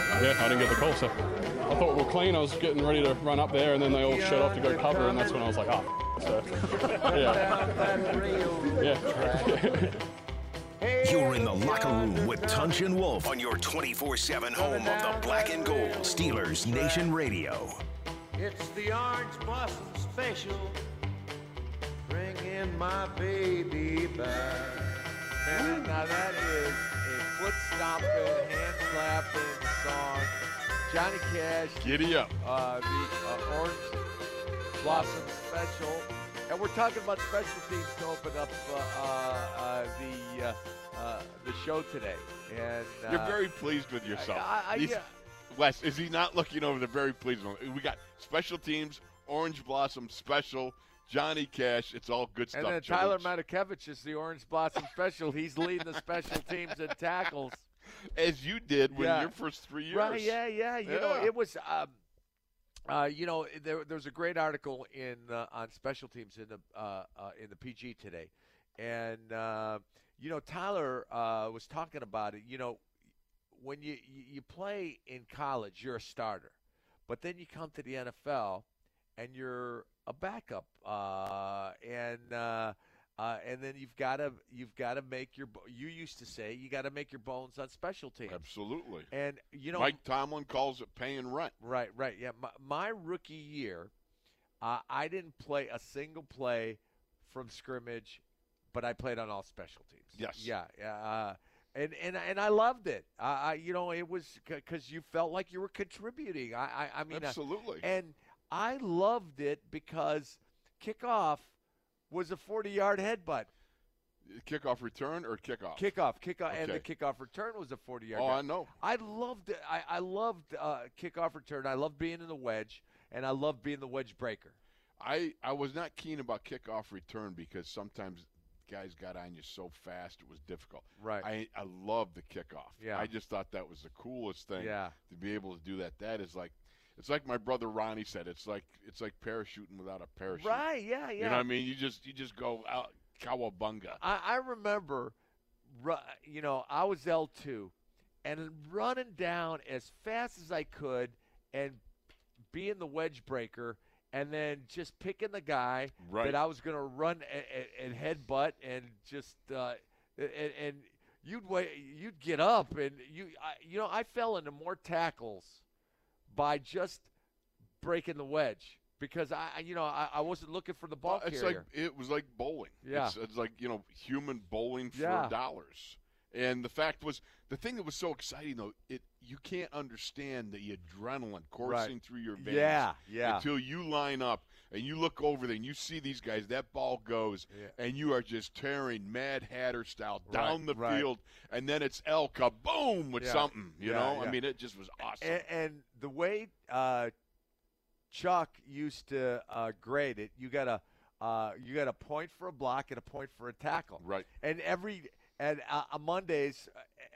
at the coal section. I thought we were clean. I was getting ready to run up there, and then they all shut off to go cover, and that's when I was like, ah. So, yeah, yeah. You're in the locker room with Tunch and Wolf on your 24 7 home of the black and gold Steelers Nation Radio. It's the Orange Blossom Special. Bring in my baby back. Now, now that is a foot stomping, hand slapping song. Johnny Cash, Giddy up. uh, the uh, Orange Blossom Special, and we're talking about special teams to open up uh, uh, uh, the uh, uh, the show today. And uh, You're very pleased with yourself. I- I- He's- yeah. Wes, is he not looking over the very pleased one? We got special teams, Orange Blossom special, Johnny Cash. It's all good stuff. and then Tyler Chalooch. Matakevich is the Orange Blossom Special. He's leading the special teams in tackles. as you did when Yeah. your first three years. Right? Yeah, yeah. You know, Yeah. it was. Um, uh, you know, there, there was a great article in uh, on special teams in the uh, uh, in the PG today, and uh, you know Tyler uh, was talking about it. You know, when you you you play in college, you're a starter, but then you come to the NFL, and you're a backup, uh, and uh, uh, and then you've got to you've got to make your bo- you used to say you got to make your bones on special teams. Absolutely. And you know, Mike Tomlin calls it paying rent. right, right, yeah. My, my rookie year, uh, I didn't play a single play from scrimmage, but I played on all special teams. Yes. Yeah. yeah, Uh, and and and I loved it. I, I you know it was because you felt like you were contributing. I I, I mean, I- Absolutely. and I loved it because kickoff was a forty-yard headbutt. kickoff return or kickoff? Kickoff, kickoff, and the Oh. Okay. kickoff return was a forty-yard. Oh, I know. I loved it. I, I loved uh, kickoff return. I loved being in the wedge, and I loved being the wedge breaker. I, I was not keen about kickoff return because sometimes guys got on you so fast it was difficult. Right. I I love the kickoff. Yeah. I just thought that was the coolest thing. Yeah. To be able to do that. That is like it's like my brother Ronnie said, it's like it's like parachuting without a parachute. Right? Yeah, yeah. You know what I mean? You just you just go out cowabunga. I, I remember, ru- you know, I was L two, and running down as fast as I could, and being the wedge breaker, and then just picking the guy Right. that I was going to run and, and, headbutt, and just uh, and, and you'd wait, you'd get up, and you, I, you know, I fell into more tackles by just breaking the wedge. Because I, I- you know, I, I wasn't looking for the ball it's carrier. like it was like bowling. Yeah. It's, it's like you know human bowling for Yeah. dollars. And the fact was, the thing that was so exciting though, it you can't understand the adrenaline coursing through your veins. yeah, yeah. Until you line up and you look over there and you see these guys, that ball goes, Yeah. and you are just tearing Mad Hatter style Right, down the right. field, and then it's El Kaboom with Yeah, something. You yeah, know, yeah. I mean, it just was awesome. and, and the way uh, Chuck used to uh, grade it, you got a uh, you got a point for a block and a point for a tackle. Right. And every and uh, on Mondays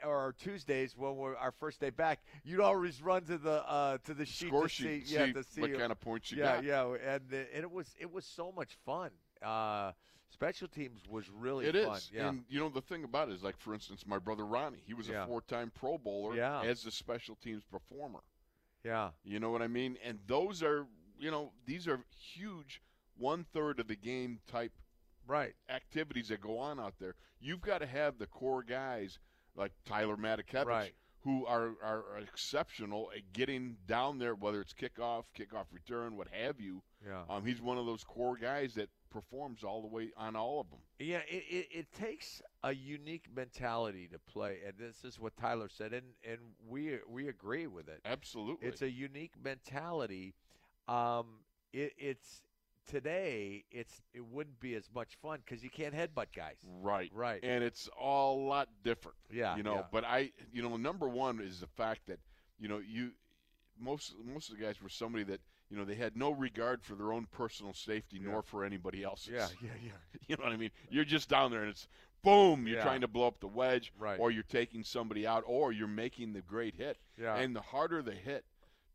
uh, or Tuesdays when we're our first day back, you'd always run to the uh, to the sheet Score to sheet, see, yeah, see to see what kind of points you yeah, got. yeah, and, uh, and it was it was so much fun. Uh, special teams was really It is, fun. Yeah. And you know the thing about it is like for instance, my brother Ronnie, he was Yeah. a four time pro bowler Yeah. as a special teams performer. yeah. You know what I mean? And those are you know, these are huge one third of the game type Right. activities that go on out there. You've got to have the core guys like Tyler Matakevich Right. who are, are exceptional at getting down there, whether it's kickoff, kickoff return, what have you. Yeah. Um, he's one of those core guys that performs all the way on all of them. Yeah, it, it, it takes a unique mentality to play, and this is what Tyler said, and, and we we agree with it. Absolutely. It's a unique mentality. Um, it, it's today. It's it wouldn't be as much fun because you can't headbutt guys. Right. Right. And it's all a lot different. Yeah, You know, yeah. but I you know, number one is the fact that, you know, you most most of the guys were somebody that, you know, they had no regard for their own personal safety nor for anybody else's. Yeah, yeah, yeah. You know what I mean? You're just down there and it's boom, you're Yeah. trying to blow up the wedge Right. or you're taking somebody out or you're making the great hit. Yeah. And the harder the hit,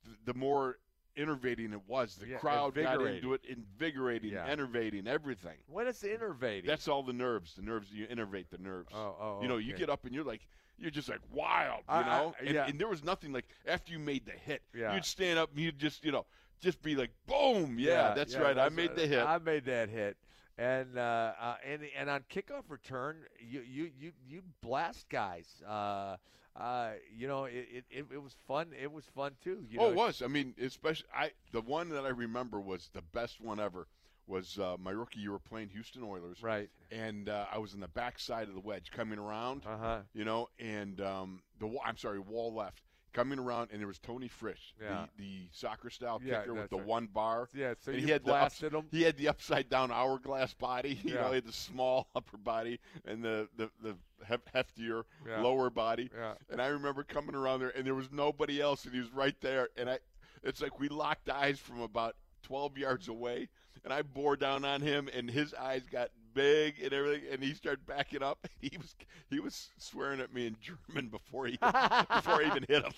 th- the more innovating it was. The Yeah, crowd got invigorating. into it, invigorating, Yeah. enervating, everything. What is innervating? That's all the nerves. The nerves. You innervate the nerves. Oh, oh, you know, you okay. get up and you're like, you're just like wild, you I- I- know. and, yeah. and there was nothing like after you made the hit, Yeah. you'd stand up and you'd just you know just be like, boom, yeah, that's yeah, right, that's I made right. the hit. I made that hit, and uh, uh, and and on kickoff return, you you you you blast guys. Uh, uh, you know, it, it, it, it was fun. It was fun too. You oh, know, it was. I mean, especially I. The one that I remember was the best one ever. Was uh, my rookie year playing Houston Oilers, right. and uh, I was in the back side of the wedge coming around, Uh huh. you know, and um, the wa- I'm sorry, wall left coming around, and there was Tony Frisch, Yeah. the, the soccer style Yeah, kicker that's with the right. one bar. Yeah. So And you he had the ups- blasted them. He had the upside down hourglass body, you Yeah. know, he had the small upper body and the the, the hef- heftier Yeah. lower body. Yeah. And I remember coming around there, and there was nobody else, and he was right there. And I, it's like we locked eyes from about 12 yards away, and I bore down on him, and his eyes got big and everything, and he started backing up. He was he was swearing at me in German before he before I even hit him.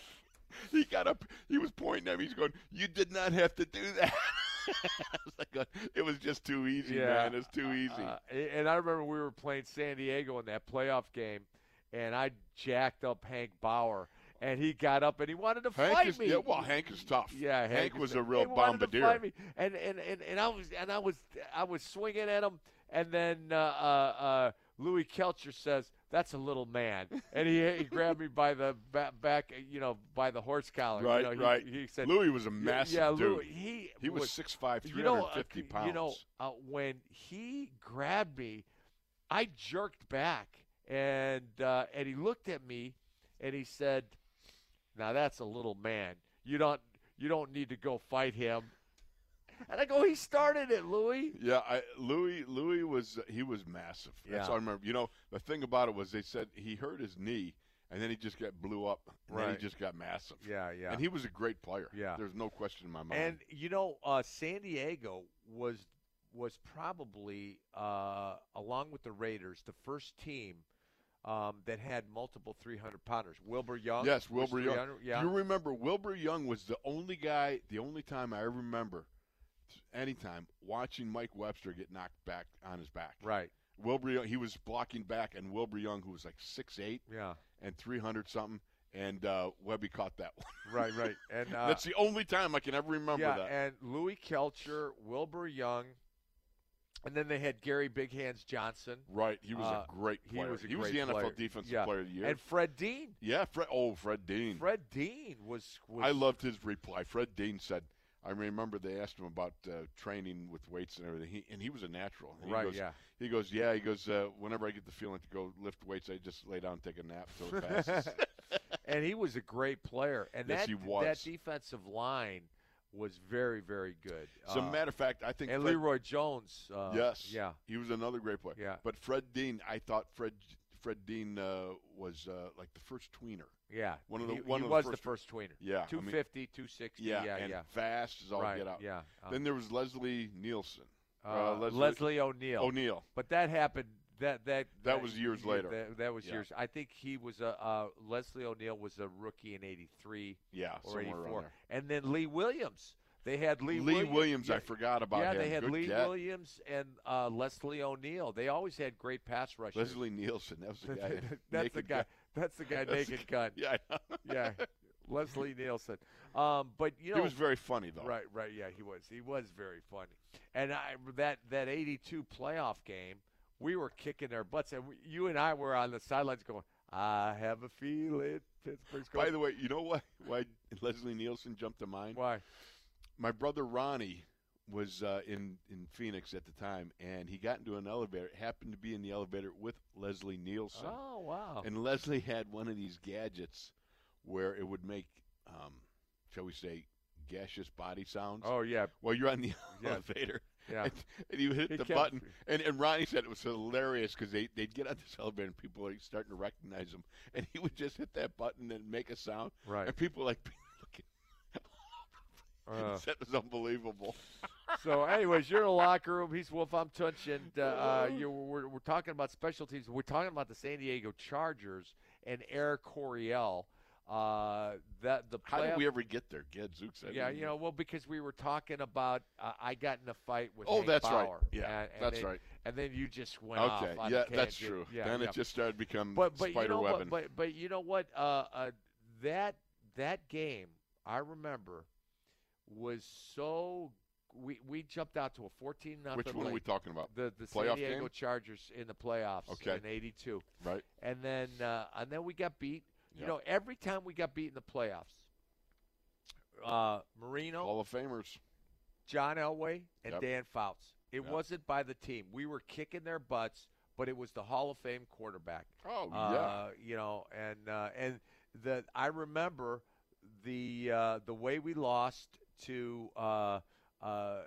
He got up, he was pointing at me. He's going, "You did not have to do that." I was like, "God, "It was just too easy, Yeah. man. It's too easy." Uh, a- and I remember we were playing San Diego in that playoff game, and I jacked up Hank Bauer, and he got up and he wanted to Hank fight is, me. yeah, well, Hank is tough. Yeah, Hank, Hank, was is- a real they wanted to bombardier. fight me. And, and and and I was and I was I was swinging at him, and then uh, uh, uh, Louis Kelcher says, "That's a little man," and he, he grabbed me by the ba- back, you know, by the horse collar. you Right, know, he, right. He said, Louis was a "Yeah, massive yeah, dude. Louis, he He was was 6'5", you know, uh, 350 c- pounds. You know, uh, when he grabbed me, I jerked back, and uh, and he looked at me, and he said, "Now that's a little man. You don't you don't need to go fight him." And I go, "He started it, Louis." yeah, I, Louis Louis was he was massive. That's Yeah. all I remember. You know, the thing about it was they said he hurt his knee and then he just got blew up. And then Right. he just got massive. Yeah, yeah. And he was a great player. Yeah. There's no question in my mind. And you know, uh, San Diego was was probably uh, along with the Raiders the first team um, that had multiple 300 pounders. Wilbur uh, Young, yes, was Wilbur Young. 300 yeah, You remember Wilbur Young was the only guy, the only time I remember anytime watching Mike Webster get knocked back on his back. right, Wilbur Young, he was blocking back, and Wilbur Young, who was like six eight yeah, and 300 something, and uh, Webby caught that one. right, right, and uh, That's the only time I can ever remember yeah, that. and Louis Kelcher, Wilbur Young, and then they had Gary Big Hands Johnson right, he was uh, a great he player. was a the great NFL player. Defensive Yeah. Player of the Year. and Fred Dean. yeah, Fred. Oh, Fred Dean. Fred Dean was, was I loved his reply. Fred Dean said, "I remember they asked him about uh, training with weights and everything, he, and he was a natural. And he right, goes- yeah, He goes, yeah. He goes, uh, whenever I get the feeling to go lift weights, I just lay down and take a nap till it passes. and he was a great player. And Yes, that he was. that defensive line was very very good. As a Uh, matter of fact, I think and Fred- Leroy Jones. Uh, Yes. Yeah. He was another great player. Yeah. But Fred Dean, I thought Fred Fred Dean uh, was uh, like the first tweener. Yeah. One of the- he, one he of the was first- tweener. Yeah. I mean, 250, 260. yeah, yeah. and yeah. fast as all right. get out. Yeah. Uh, Then there was Leslie Nielsen. uh, uh, Leslie- Leslie, O'Neill. O'Neill. But that happened. That that That was years yeah, later. That, that was Yeah. years. I think he was a uh, Leslie O'Neill was a rookie in '83 Yeah, or somewhere around '84, there. and then Lee Williams. They had Lee. Lee, Williams, I forgot about yeah, him. they had Good Lee catch. Williams and uh, Leslie O'Neill. They always had great pass rushers. Leslie Nielsen. That was the guy. in That's the Naked guy. Gun. That's the guy. That's the Naked gun. Yeah, I know. Yeah, Leslie Nielsen. Um, but you know, he was very funny though. Right, right, yeah, he was. He was very funny. And I that that 82 playoff game, we were kicking their butts and we, you and I were on the sidelines going, "I have a feeling Pittsburgh's going." By the way, you know what? Why Leslie Nielsen jumped to mind? why? my brother Ronnie was uh, in in Phoenix at the time, and he got into an elevator. Happened to be in the elevator with Leslie Nielsen, Oh, wow. and Leslie had one of these gadgets where it would make, um, shall we say, gaseous body sounds. oh, yeah. While you're on the Yeah. elevator, Yeah. and, and you hit He the kept- button, and, and Ronnie said it was hilarious because they they'd get on this elevator and people are starting to recognize him, and he would just hit that button and make a sound, Right. and people like looking. Uh, that was unbelievable. so anyways, you're in the locker room. He's Wolf, I'm Tunch and uh, uh, you we're, we're talking about special teams. We're talking about the San Diego Chargers and Eric Coryell. Uh, that the How playoff- did we ever get there? Gadzooks. yeah, I didn't you even- know, well, because we were talking about uh, I got in a fight with. Oh, Hank that's right. Bauer, Yeah, and- and that's then- right. And then you just went off. Okay, on a yeah, that's tangent. true. Yeah, then yeah. it just started to become but but spider you know webbing. what? But but you know what? Uh, uh, that that game I remember was so we we jumped out to a fourteen nothing. Which one are we talking about? The the Playoff San Diego game? Chargers in the playoffs Okay. in '82 Right. and then uh, and then we got beat. You Yeah. know, every time we got beat in the playoffs, uh, Marino, Hall of Famers. John Elway, and Yep. Dan Fouts. It Yep. wasn't by the team. We were kicking their butts, but it was the Hall of Fame quarterback. Oh yeah. Uh, you know, and uh, and the I remember the uh, the way we lost to uh, uh,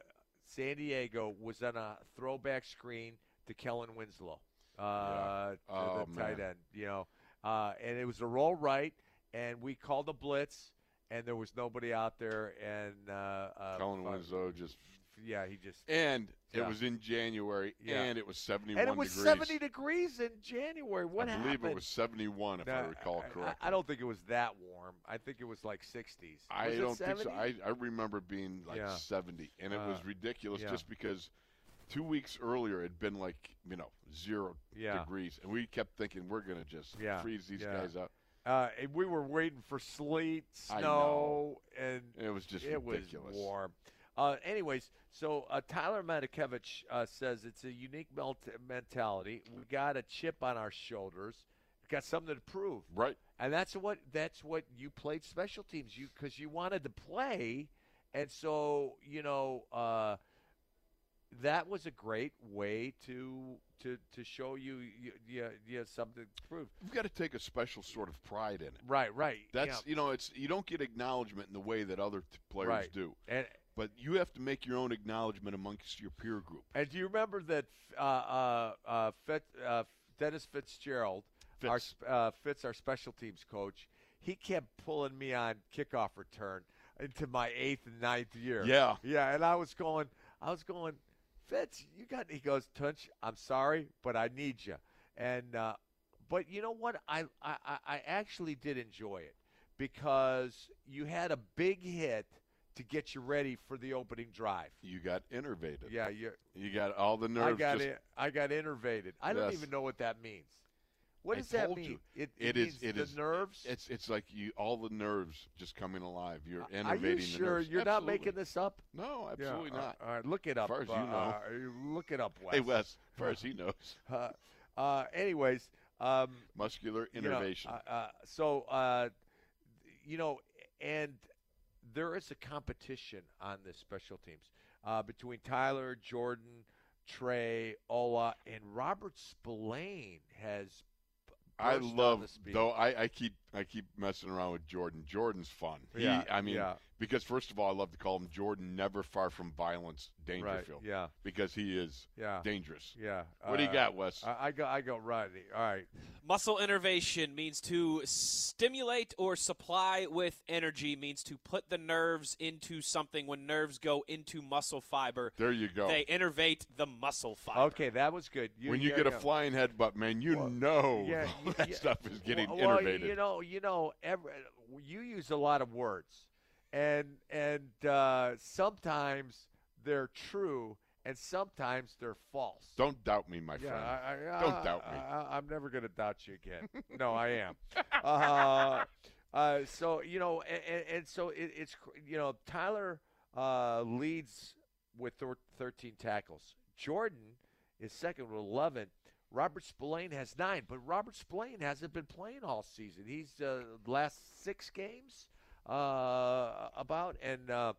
San Diego was on a throwback screen to Kellen Winslow, uh, to Oh, the tight man. end. You know, uh, and it was a roll right, and we called a blitz, and there was nobody out there, and uh, uh, Colin uh, Winslow just yeah, he just. and Yeah. it was in January Yeah. and it was seventy one And it was degrees. 70 degrees in January. What I believe happened? it was seventy one if I No, recall correctly. I, don't think it was that warm. I think it was like 60s. I Was it don't think so. 70? I, I remember being like Yeah. 70, and it Uh, was ridiculous yeah. just because two weeks earlier it had been like, you know, zero yeah. degrees. And we kept thinking, we're going to just Yeah, freeze these yeah. guys up. Uh, and we were waiting for sleet, I snow, and And it was just it was ridiculous. warm. Uh, anyways, so uh, Tyler Matakevich uh, says it's a unique melt- mentality. We got a chip on our shoulders. We got something to prove, Right. and that's what that's what you played special teams. You because you wanted to play, and so you know uh, that was a great way to to to show you you you, you something to prove. You've got to take a special sort of pride in it. Right, right. That's, yeah. you know, it's you don't get acknowledgement in the way that other t- players Right. do. And But you have to make your own acknowledgement amongst your peer group. and do you remember that uh, uh, uh, Fitz, uh, Dennis Fitzgerald, our Fitz. sp- uh, Fitz, our special teams coach, he kept pulling me on kickoff return into my eighth and ninth year. Yeah. yeah. And I was going, I was going, Fitz, you got. He goes, Tunch, I'm sorry, but I need you. And uh, but you know what? I I I- I actually did enjoy it because you had a big hit to get you ready for the opening drive. You got innervated. Yeah, you You got all the nerves. I got just- it. I got innervated. I don't Yes. even know what that means. What I does that told mean? you. It, It is- means it the is- nerves. It's it's like you all the nerves just coming alive. You're innervating. Are you the sure nerves. you're not Absolutely. making this up? No, Yeah, absolutely all- not. All right, look it up. far as you uh, know. uh, look it up, Wes. Hey Wes, as far as he knows, Uh, uh, anyways, um, muscular you know, innervation. uh, uh, so uh, you know, and there is a competition on this special teams uh, between Tyler, Jordan, Trey, Ola, and Robert Spillane has. I burst on love the speed. though. I, I keep I keep messing around with Jordan. Jordan's fun. He, Yeah, I mean, yeah. because first of all, I love to call him Jordan. Never far from violence, Right. Dangerfield, Yeah. because he is Yeah. dangerous. Yeah. What do you uh, got, Wes? I, I go. I go. Rodney. All right. Muscle innervation means to stimulate or supply with energy, means to put the nerves into something. When nerves go into muscle fiber, there you go. they innervate the muscle fiber. Okay, that was good. when you yeah, get a yeah. flying headbutt, man, you Well, know yeah, y- that yeah. stuff is getting well, well, innervated. you know, you know, every, you use a lot of words, and and uh, sometimes they're true, and sometimes they're false. Don't doubt me, my friend. I, I, Don't I- doubt me. I, am never going to doubt you again. no, I am. Uh, uh, so you know, and, and so it, it's cr- you know Tyler uh, leads with thir- 13 tackles. Jordan is second with 11. Robert Spillane has nine, but Robert Spillane hasn't been playing all season. He's uh, last six games uh, about and. Uh,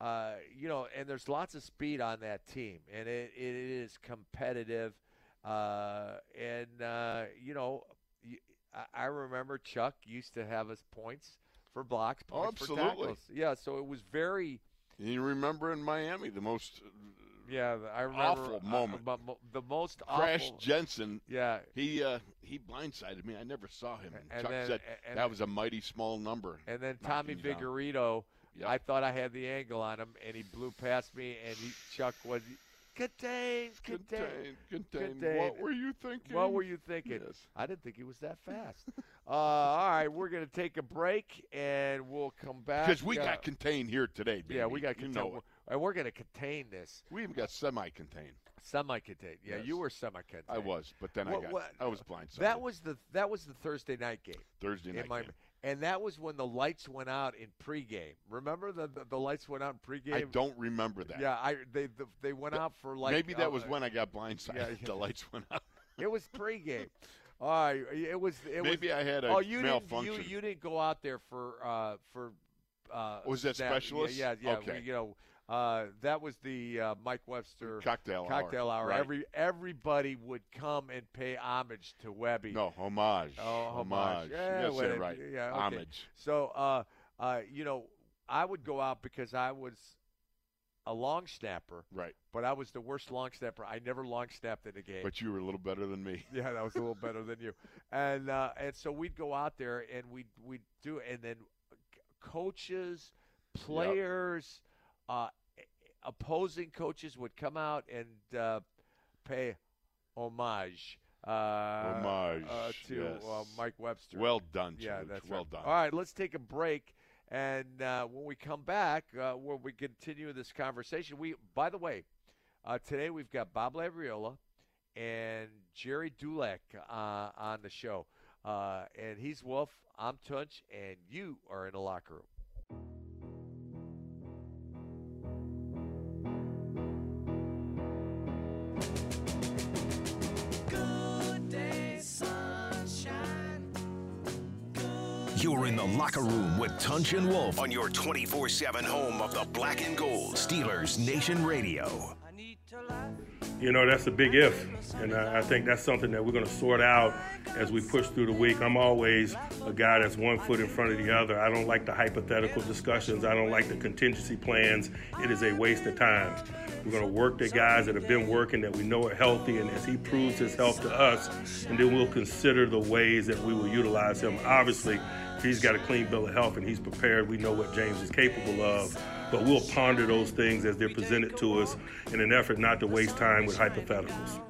uh, you know, and there's lots of speed on that team, and it, it is competitive. Uh, and uh, you know, y- I- I remember Chuck used to have us points for blocks, Oh, points for absolutely. tackles. Yeah, so it was very. you remember in Miami the most Yeah, I remember Awful uh, moment. mo- mo- the most Crash awful. Jensen. yeah, He uh, he blindsided me. I never saw him. And and Mm, Chuck then said and, that was a mighty small number. and then Tommy knocking you down. Vigorito. Yep. I thought I had the angle on him, and he blew past me, and he, Chuck was contained, contained. Contain, contain. Contain. What were you thinking? What were you thinking? Yes. I didn't think he was that fast. uh, all right, we're going to take a break and we'll come back. Because we Uh, got contained here today, baby. Yeah, we got You contained. know it. and we're going to contain this. We even got semi-contained. Semi-contained. Yeah, you Yes. were semi-contained. I was, but then What- I got. what- I was blindsided. That was the that was the Thursday night game. Thursday in night. my- game. and that was when the lights went out in pregame. Remember the the, the lights went out in pregame. I don't remember that. Yeah, I they the, they went out for like Maybe that uh, was when I got blindsided. yeah, yeah. The lights went out. it was pregame. All right, it was it was Maybe I had a oh, you didn't malfunction. you, you didn't go out there for uh, for. Uh, Was that yeah, specialist? Yeah, yeah. Okay. we- you know, uh, that was the uh, Mike Webster cocktail, cocktail hour. Right. Every everybody would come and pay homage to Webby. no homage. Oh, homage. Yeah, yes, whatever. you're right. Yeah, okay. Homage. So, uh, uh, you know, I would go out because I was a long snapper, Right. but I was the worst long snapper. I never long snapped in a game. But you were a little better than me. Yeah, that was a little better than you. And uh, and so we'd go out there and we'd we'd do and then c- coaches, players, uh, opposing coaches would come out and uh, pay homage. Uh, Homage, uh, to uh, yes. Mike Webster. Well done, George. yeah, that's well right. done. All right, let's take a break, and uh, when we come back, uh, when we continue this conversation, we by the way, uh, today we've got Bob Labriola and Jerry Dulac uh, on the show, uh, and he's Wolf, I'm Tunch, and you are in the locker room. You're in the locker room with Tunch and Wolf on your 24 7 home of the black and gold Steelers Nation Radio. You know, that's a big if. And I, I think that's something that we're going to sort out as we push through the week. I'm always a guy that's one foot in front of the other. I don't like the hypothetical discussions, I don't like the contingency plans. It is a waste of time. We're going to work the guys that have been working that we know are healthy, and as he proves his health to us, and then we'll consider the ways that we will utilize him. Obviously, he's got a clean bill of health and he's prepared. We know what James is capable of, but we'll ponder those things as they're presented to us in an effort not to waste time with hypotheticals.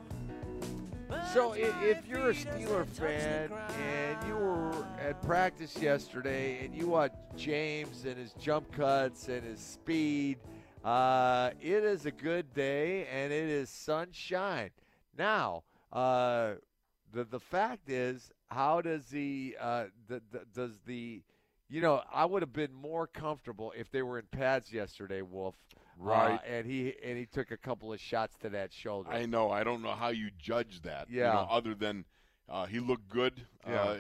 So i- if you're a Steeler fan and you were at practice yesterday and you watched James and his jump cuts and his speed, uh, it is a good day and it is sunshine. Now, uh, the the fact is, how does the, uh, the, the does the you know, I would have been more comfortable if they were in pads yesterday, Wolf. Uh, Right. and he and he took a couple of shots to that shoulder. I know. I don't know how you judge that. you Yeah. know, other than uh, he looked good uh,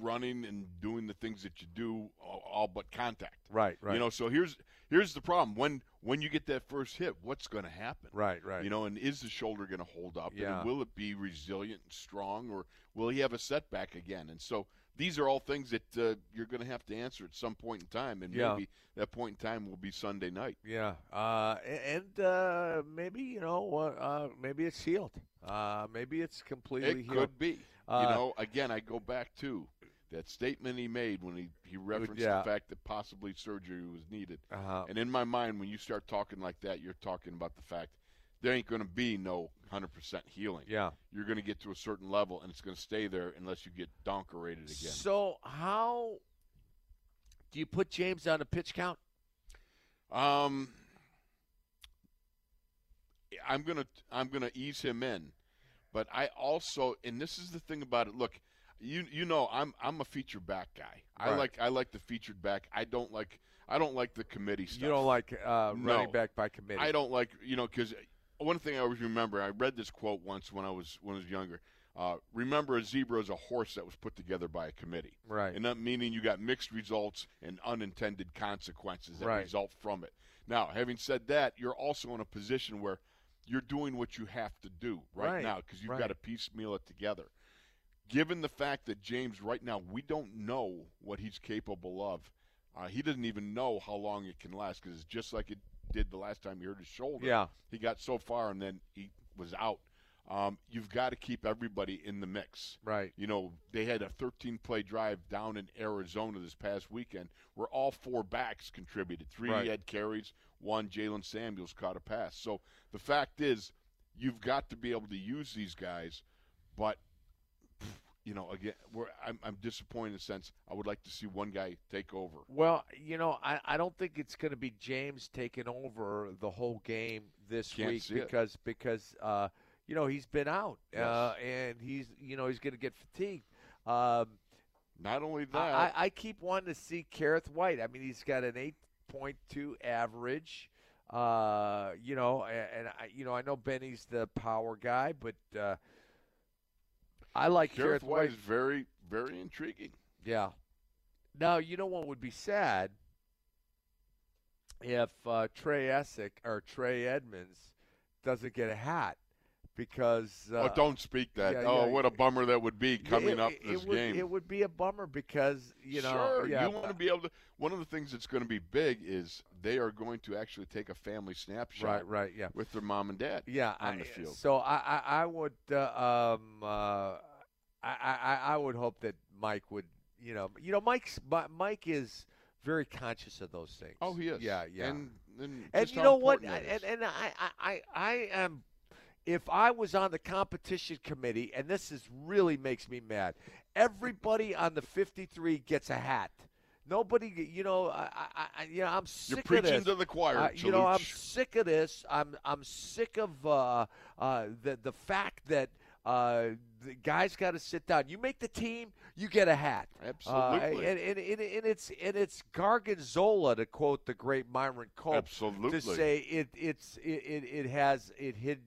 running and doing the things that you do, all, all but contact. right, right. You know, so here's here's the problem. When when you get that first hit, what's going to happen? right, right. You know, and is the shoulder going to hold up? Yeah. And will it be resilient and strong, or will he have a setback again? And so these are all things that uh, you're going to have to answer at some point in time, and Yeah. maybe that point in time will be Sunday night. Yeah, uh, a- and uh, maybe you know, uh, uh, maybe it's healed. Uh, maybe it's completely it healed. could be. Uh, you know, again, I go back to that statement he made when he, he referenced yeah. the fact that possibly surgery was needed. Uh-huh. And in my mind, when you start talking like that, you're talking about the fact there ain't going to be no 100% healing. Yeah. You're going to get to a certain level, and it's going to stay there unless you get donkerated again. So how do you put James on a pitch count? Um, I'm gonna I'm gonna ease him in, but I also and this is the thing about it. Look, you you know I'm I'm a featured back guy. I Right. like I like the featured back. I don't like I don't like the committee stuff. You don't like uh, running No. back by committee. I don't like you know because one thing I always remember. I read this quote once when I was when I was younger. Uh, remember, a zebra is a horse that was put together by a committee. Right. And that meaning you got mixed results and unintended consequences that Right. result from it. Now, having said that, you're also in a position where you're doing what you have to do right, Right, now because you've right. got to piecemeal it together. Given the fact that James, right now, we don't know what he's capable of. Uh, he doesn't even know how long it can last because it's just like it did the last time he hurt his shoulder. Yeah. He got so far and then he was out. Um, you've got to keep everybody in the mix. Right. You know, they had a 13 play drive down in Arizona this past weekend where all four backs contributed. Three Right. had carries, One, Jalen Samuels caught a pass. So the fact is, you've got to be able to use these guys, but you know, again, we're, I'm, I'm disappointed in the sense I would like to see one guy take over. Well, you know, I, I don't think it's going to be James taking over the whole game this Can't week see it. because because uh, you know he's been out uh, and he's you know he's going to get fatigued. Um, Not only that, I, I, I keep wanting to see Kareth White. I mean, he's got an eight point two average. Uh, you know, a- and, I you know I know Benny's the power guy, but uh, I like Gareth Kareth White is very, very intriguing. yeah. Now you know what would be sad if uh, Trey Essick or Trey Edmonds doesn't get a hat because uh, oh, don't speak that. yeah, oh, yeah, what a bummer that would be coming it- up it- this it would, game. It would be a bummer because you know sure, yeah, you want to be able to. One of the things that's going to be big is they are going to actually take a family snapshot right, right, yeah. with their mom and dad. yeah, on I- the field. So I, I, I would, uh, um, uh, I, I, I- I would hope that Mike would, you know, you know, Mike's, Mi- Mike is very conscious of those things. Oh, he is. Yeah, yeah. And, and, And just you how know what? important that and and is. I, I, I, I am. If I was on the competition committee, and this is really makes me mad, everybody on the 53 gets a hat. Nobody, g- you know, I, I, I you know, I'm sick You're of preaching this. to the choir, Uh, you know, I'm Chaluch. sick of this. I'm I'm sick of uh, uh, the the fact that uh, the guys got to sit down. You make the team, you get a hat. Uh, Absolutely. and, and, and, and it's and it's Gargonzola to quote the great Myron Cole Absolutely. to say it it's it, it, it has it hid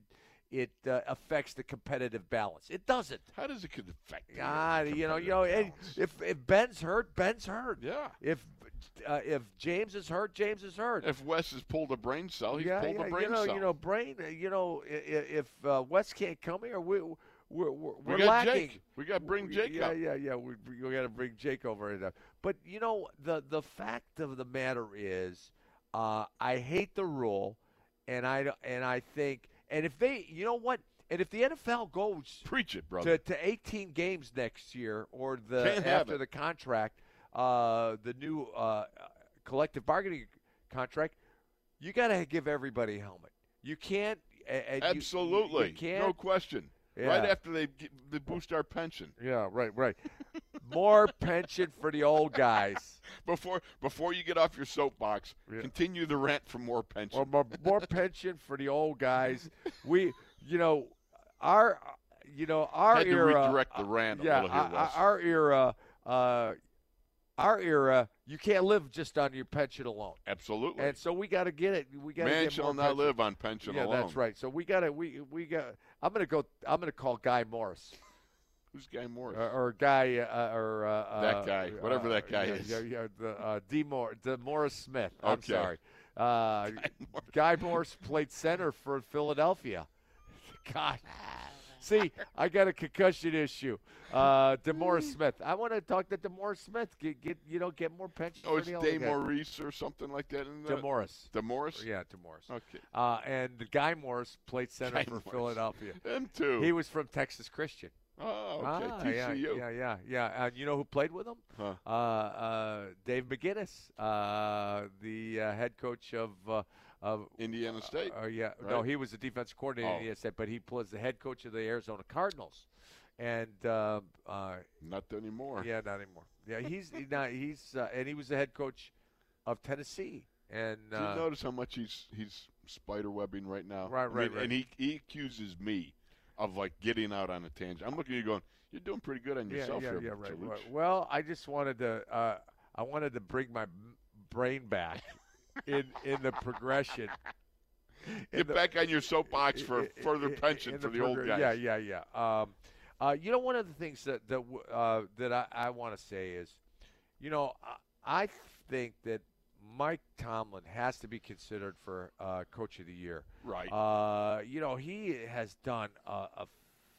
it uh, affects the competitive balance. It doesn't. How does it could affect? the God, you know, you competitive know, and balance? if if Ben's hurt, Ben's hurt. yeah. If uh, if James is hurt, James is hurt. If Wes has pulled a brain cell, he's yeah, Oh, pulled yeah, a brain you know, cell. you know, brain. uh, You know, i- i- if uh, West can't come here, we we're we're, we're, we we're got lacking. Jake. We got bring Jake yeah, up. Yeah, yeah, We, we got to bring Jake over. And, uh, but you know, the the fact of the matter is, uh, I hate the rule, and I don't- and I think, and if they, you know what, and if the NFL goes Preach it, brother. to, to 18 games next year or the Can't have after it. the contract, uh, the new uh, collective bargaining contract, you got to give everybody a helmet. You can't. a- and you- you- you Absolutely. no can't. question. Yeah. Right after they get, they boost our pension yeah, right, right. More pension for the old guys. before before you get off your soapbox, Yeah. continue the rent for more pension. or more, more pension for the old guys. We, you know, our, you know, our Had to era. uh, redirect the rant a yeah, little here, our- Wes. our era. Uh, our era, you can't live just on your pension alone, Absolutely. and so we got to get it. We got to Man get shall more not pension. live on pension yeah, alone. that's right. So we got to. We we got. I'm gonna go. I'm gonna call Guy Morris Who's Guy or, Morris? or Guy uh, or uh, That uh, guy, whatever uh, that guy yeah, is. Yeah, yeah, the uh, D. Mor- the Morris Smith. I'm Okay. sorry. Uh, Morris. Guy Morris played center for Philadelphia. God. See, I got a concussion issue. Uh, Demora Smith. I want to talk to Demora Smith. Get, get you know, get more pension. oh, for it's the Day other guy. Maurice or something like that. isn't it? Demoris. DeMorris? Yeah, Demoris. Okay. Uh, and Guy Morris played center Guy for Morris. Philadelphia. Them two. He was from Texas Christian. oh, okay. Ah, yeah, TCU. yeah, yeah, yeah. And you know who played with him? Huh. Uh, uh, Dave McGinnis, uh, the uh, head coach of uh, of Indiana State. Oh yeah, no, right? he was the defensive coordinator. Oh. at Indiana State, but he was the head coach of the Arizona Cardinals, and uh, uh, Not anymore. yeah, not anymore. Yeah, he's now he's uh, and he was the head coach of Tennessee, and Do you uh, notice how much he's he's spider webbing right now? Right, I right, mean, right. And he, he accuses me of like getting out on a tangent. I'm looking at you going, you're doing pretty good on yeah, yourself yeah, here, yeah, right, Chaluch." right. Well, I just wanted to uh, I wanted to bring my m- brain back in in the progression. In Get the- back on your soapbox for i- i- further i- pension in for the, old program. guys. Yeah, yeah, yeah. Um, uh, you know, one of the things that that w- uh, that I, I want to say is, you know, I, I think that Mike Tomlin has to be considered for uh, Coach of the Year. Right. Uh, you know, he has done a, a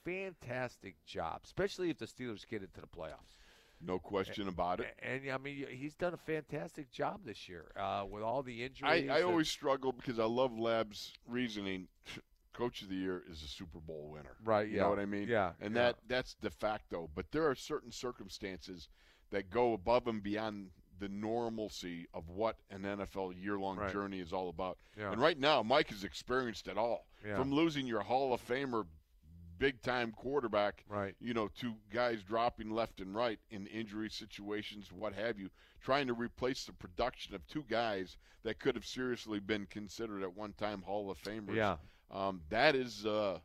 fantastic job, especially if the Steelers get into the playoffs. no question about it. A- And I mean, he's done a fantastic job this year uh, with all the I, injuries. I and- always struggle because I love Lab's reasoning. Coach of the year is a Super Bowl winner. right. You yeah. know what I mean? Yeah. And yeah. that that's de facto. But there are certain circumstances that go above and beyond the normalcy of what an NFL year-long Right. journey is all about. Yeah. And right now, Mike has experienced it all Yeah. from losing your Hall of Famer, big-time quarterback, Right. you know, to guys dropping left and right in injury situations, what have you, trying to replace the production of two guys that could have seriously been considered at one time Hall of Famers. Yeah. Um, that is uh,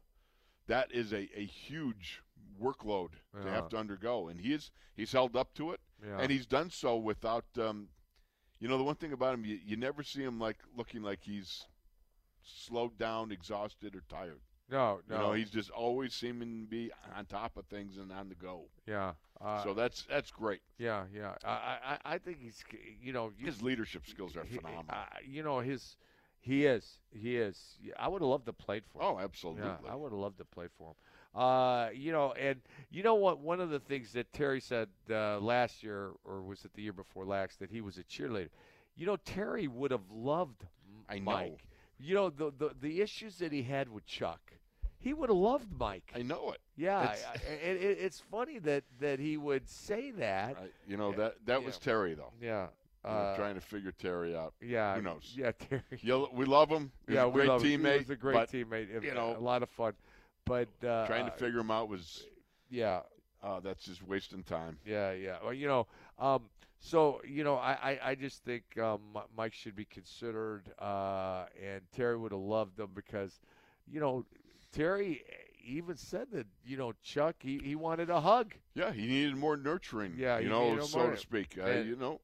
that is a, a huge workload to Yeah. have to undergo, and he is he's held up to it, Yeah. and he's done so without. Um, you know the one thing about him, you, you never see him like looking like he's slowed down, exhausted, or tired. No, no. You know, he's just always seeming to be on top of things and on the go. yeah. Uh, so that's that's great. yeah, yeah. I, I, I- I think he's, c- you know, you- His leadership skills are he- phenomenal. Uh, you know, his, he is, he is. Yeah, I would have loved to played for. him. oh, absolutely. Yeah, I would have loved to play for him. Uh, you know, and you know what? One of the things that Terry said uh, last year, or was it the year before last, that he was a cheerleader. You know, Terry would have loved M- I know. Mike. You know, the, the the issues that he had with Chuck, he would have loved Mike. I know it. yeah, it's- I- I- and it, it's funny that that he would say that. I, you know that that was Terry though. Yeah. You know, Uh, trying to figure Terry out. yeah. who knows? Yeah, Terry. Yeah, we love him. He's yeah, a great we love him. teammate. He was a great but teammate. and you know, a lot of fun. But uh, Trying to figure him out was yeah. uh, that's just wasting time. Yeah, yeah. Well, you know, um, so you know, I, I, I just think um, Mi- Mike should be considered, uh, and Terry would have loved him because, you know, Terry eh, even said that you know Chuck he, he wanted a hug, Yeah, he needed more nurturing. Yeah, he you know, needed so more- to speak. Uh, and- you know,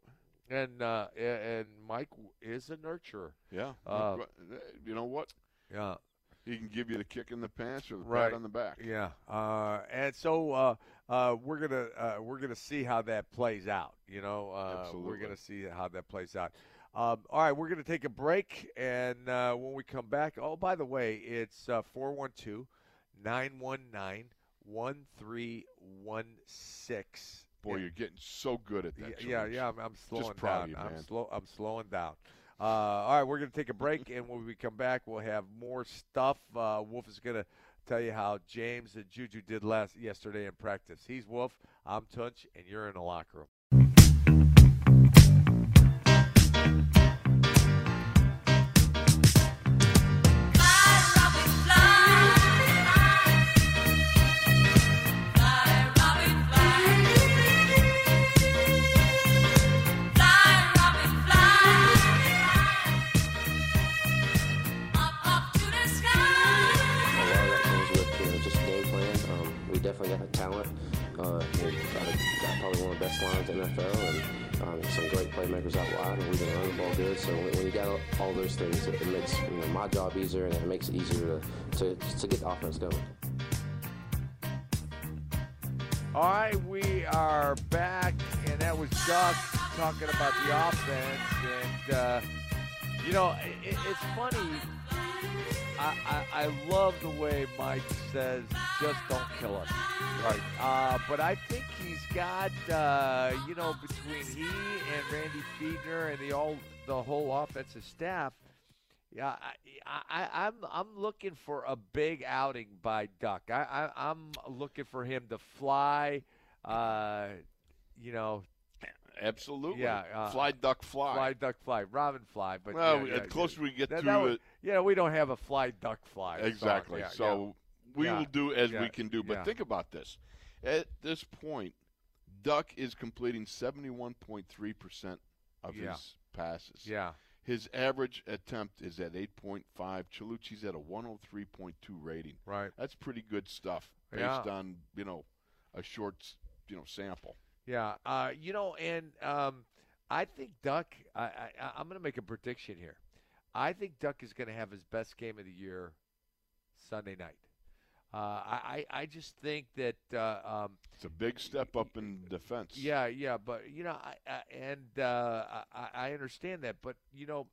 and uh, a- and Mike w- is a nurturer. yeah. Uh, you know what? Yeah, He can give you the kick in the pants or the Right. pat on the back. yeah. Uh, and so uh, uh, we're gonna uh, we're gonna see how that plays out. You know, uh, we're Absolutely. gonna see how that plays out. Um, all right, we're going to take a break. And uh, when we come back, oh, by the way, it's uh, 412 919 1316. Boy, you're getting so good at that. Yeah, yeah, George. yeah, I'm, I'm slowing proud of down. you, I'm man. slow. I'm slowing down. Uh, all right, we're going to take a break, and when we come back, we'll have more stuff. Uh, Wolf is going to tell you how James and Juju did last yesterday in practice. He's Wolf. I'm Tunch, and you're in the locker room. A lot of that comes with you know, just game plan. Um, we definitely got the talent. Uh, we got probably one of the best lines in the NFL and um, some great playmakers out wide, and we can run the ball good. So when, when you got all those things, it, it makes you know, my job easier and it makes it easier to, to, to get the offense going. All right, we are back, and that was Doug talking about the offense. And, uh, you know, i i- it's funny. I, I, I love the way Mike says, just don't kill us. Right. Uh, but I think he's got, uh, you know, between he and Randy Feedner and the, all, the whole offensive staff, yeah, I, I, I- I'm I'm looking for a big outing by Duck. I, I I'm looking for him to fly, uh, you know, Absolutely. Yeah, uh, fly, duck, fly. fly Duck fly, Robin fly. But well, yeah, we- yeah, as close as we get That- to that was- it, yeah, we don't have a fly Duck fly. song. Exactly. Yeah, so we Yeah. will do as Yeah. we can do. But Yeah. think about this. At this point, Duck is completing 71.3% of Yeah. his passes. yeah, His average attempt is at 8.5. Chellucci's at a 103.2 rating. yeah, right. That's pretty good stuff based Yeah. on, you know, a short, s- you know, sample. Yeah, uh, you know, and um, I think Duck. I, I, I- I'm going to make a prediction here. I think Duck is going to have his best game of the year Sunday night. Uh, I, I I just think that uh, um, It's a big step up in defense. yeah, yeah, but you know, I, I and uh, I- I, I understand that, but you know,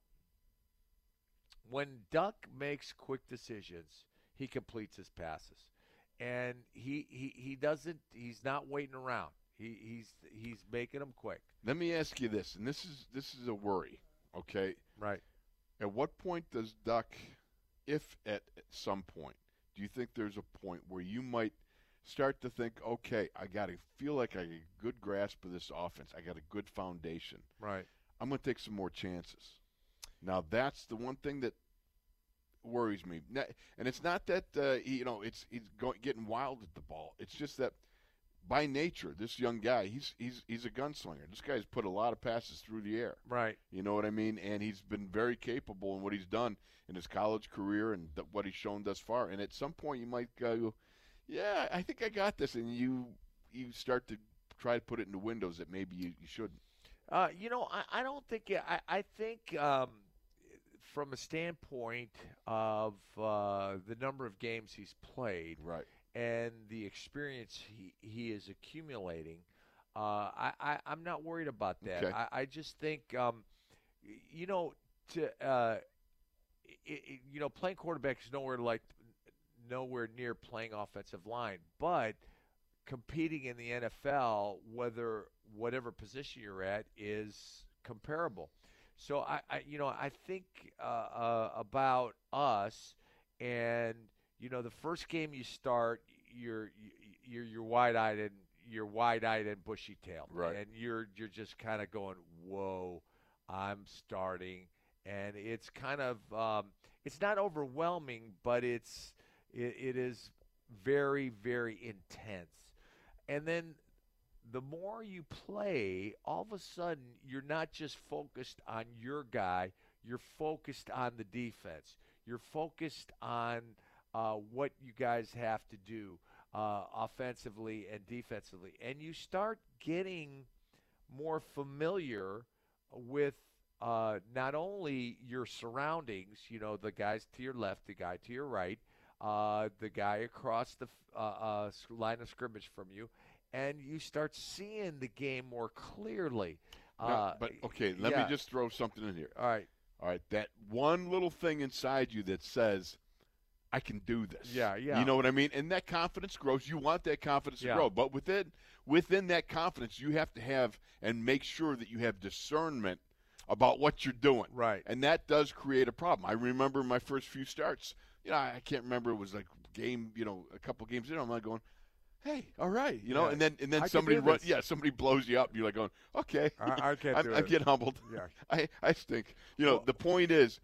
when Duck makes quick decisions, he completes his passes, and he he, he doesn't. He's not waiting around. He he's he's making them quick. Let me ask you this, and this is this is a worry, okay? Right. At what point does Duck, if at some point, do you think there's a point where you might start to think, okay, I got to feel like I got a good grasp of this offense. I got a good foundation. Right. I'm going to take some more chances. Now that's the one thing that worries me, Na- and it's not that uh, he, you know it's he's going, getting wild at the ball. It's just that by nature, this young guy, he's he's he's a gunslinger. This guy's put a lot of passes through the air. Right. You know what I mean? And he's been very capable in what he's done in his college career and th- what he's shown thus far. And at some point, you might go, "Yeah, I think I got this," and you you start to try to put it into windows that maybe you, you shouldn't. Uh, you know, I, I don't think it- I, I think um, from a standpoint of uh, the number of games he's played Right. and the experience he, he is accumulating, uh, I, I I'm not worried about that. Okay. I, I just think um, y- you know to uh, i i you know playing quarterback is nowhere like nowhere near playing offensive line, but competing in the NFL, whether whatever position you're at is comparable. So I, I you know, I think uh, uh, about us, and you know, the first game you start, you're you're you're wide eyed and you're wide eyed and bushy tailed, Right. And you're you're just kind of going, whoa, I'm starting, and it's kind of um, it's not overwhelming, but it's it, it is very very intense and then the more you play all of a sudden you're not just focused on your guy you're focused on the defense you're focused on uh, what you guys have to do uh, offensively and defensively and you start getting more familiar with uh, not only your surroundings, you know, the guys to your left, the guy to your right, uh, the guy across the f- uh, uh, s- line of scrimmage from you, and you start seeing the game more clearly. No, uh, but okay, let yeah. me just throw something in here. All right. All right, that one little thing inside you that says, "I can do this." Yeah, yeah. You know what I mean? And that confidence grows. You want that confidence Yeah. to grow, but within within that confidence, you have to have and make sure that you have discernment about what you're doing. Right. And that does create a problem. I remember my first few starts. You know, I I can't remember. It was like game. You know, a couple games in, I'm like going. Hey, all right, you know, Yeah. and then and I then can somebody do run, this. Uh-uh. yeah, somebody blows you up. You're like going, okay, I- I can't I'm, do I'm it. getting humbled. Yeah. I, I stink. You know, Well- the point is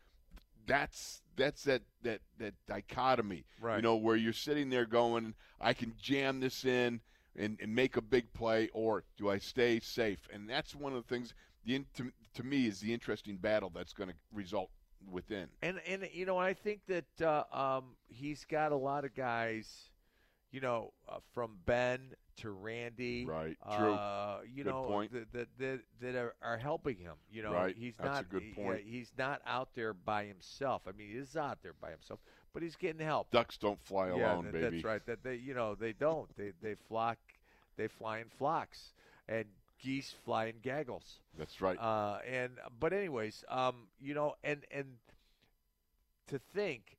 that's that's that that that dichotomy. Right. You know, where you're sitting there going, I can jam this in and, and make a big play, or do I stay safe? And that's one of the things the in, to, to me is the interesting battle that's going to result within. And and you know, I think that uh, um, he's got a lot of guys, you know, uh, from Ben to Randy, Right, true. Uh, you Good know, point. That, that that that are, are helping him. You know, Right, he's that's a not. good he- point. yeah, he's not out there by himself. I mean, he is out there by himself, but he's getting help. Ducks don't fly yeah, alone, that- baby. that's right. That they, you know, they don't. They they flock, they fly in flocks, and geese fly in gaggles. That's right. Uh, and but anyways, um, you know, and and to think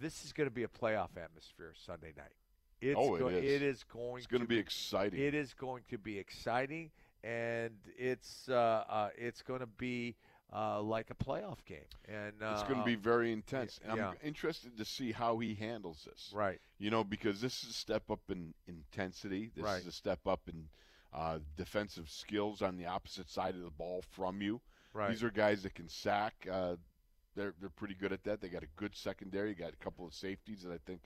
this is going to be a playoff atmosphere Sunday night. It's Oh, it go- is. It is going. it's going to be exciting. It is going to be exciting, and it's uh, uh, it's going to be uh, like a playoff game. And uh, it's going to be very intense. And I'm yeah. interested to see how he handles this. right. you know, because this is a step up in intensity. This Right. is a step up in uh, defensive skills on the opposite side of the ball from you. Right. These are guys that can sack. Uh, they're they're pretty good at that. They got a good secondary. You got a couple of safeties that I think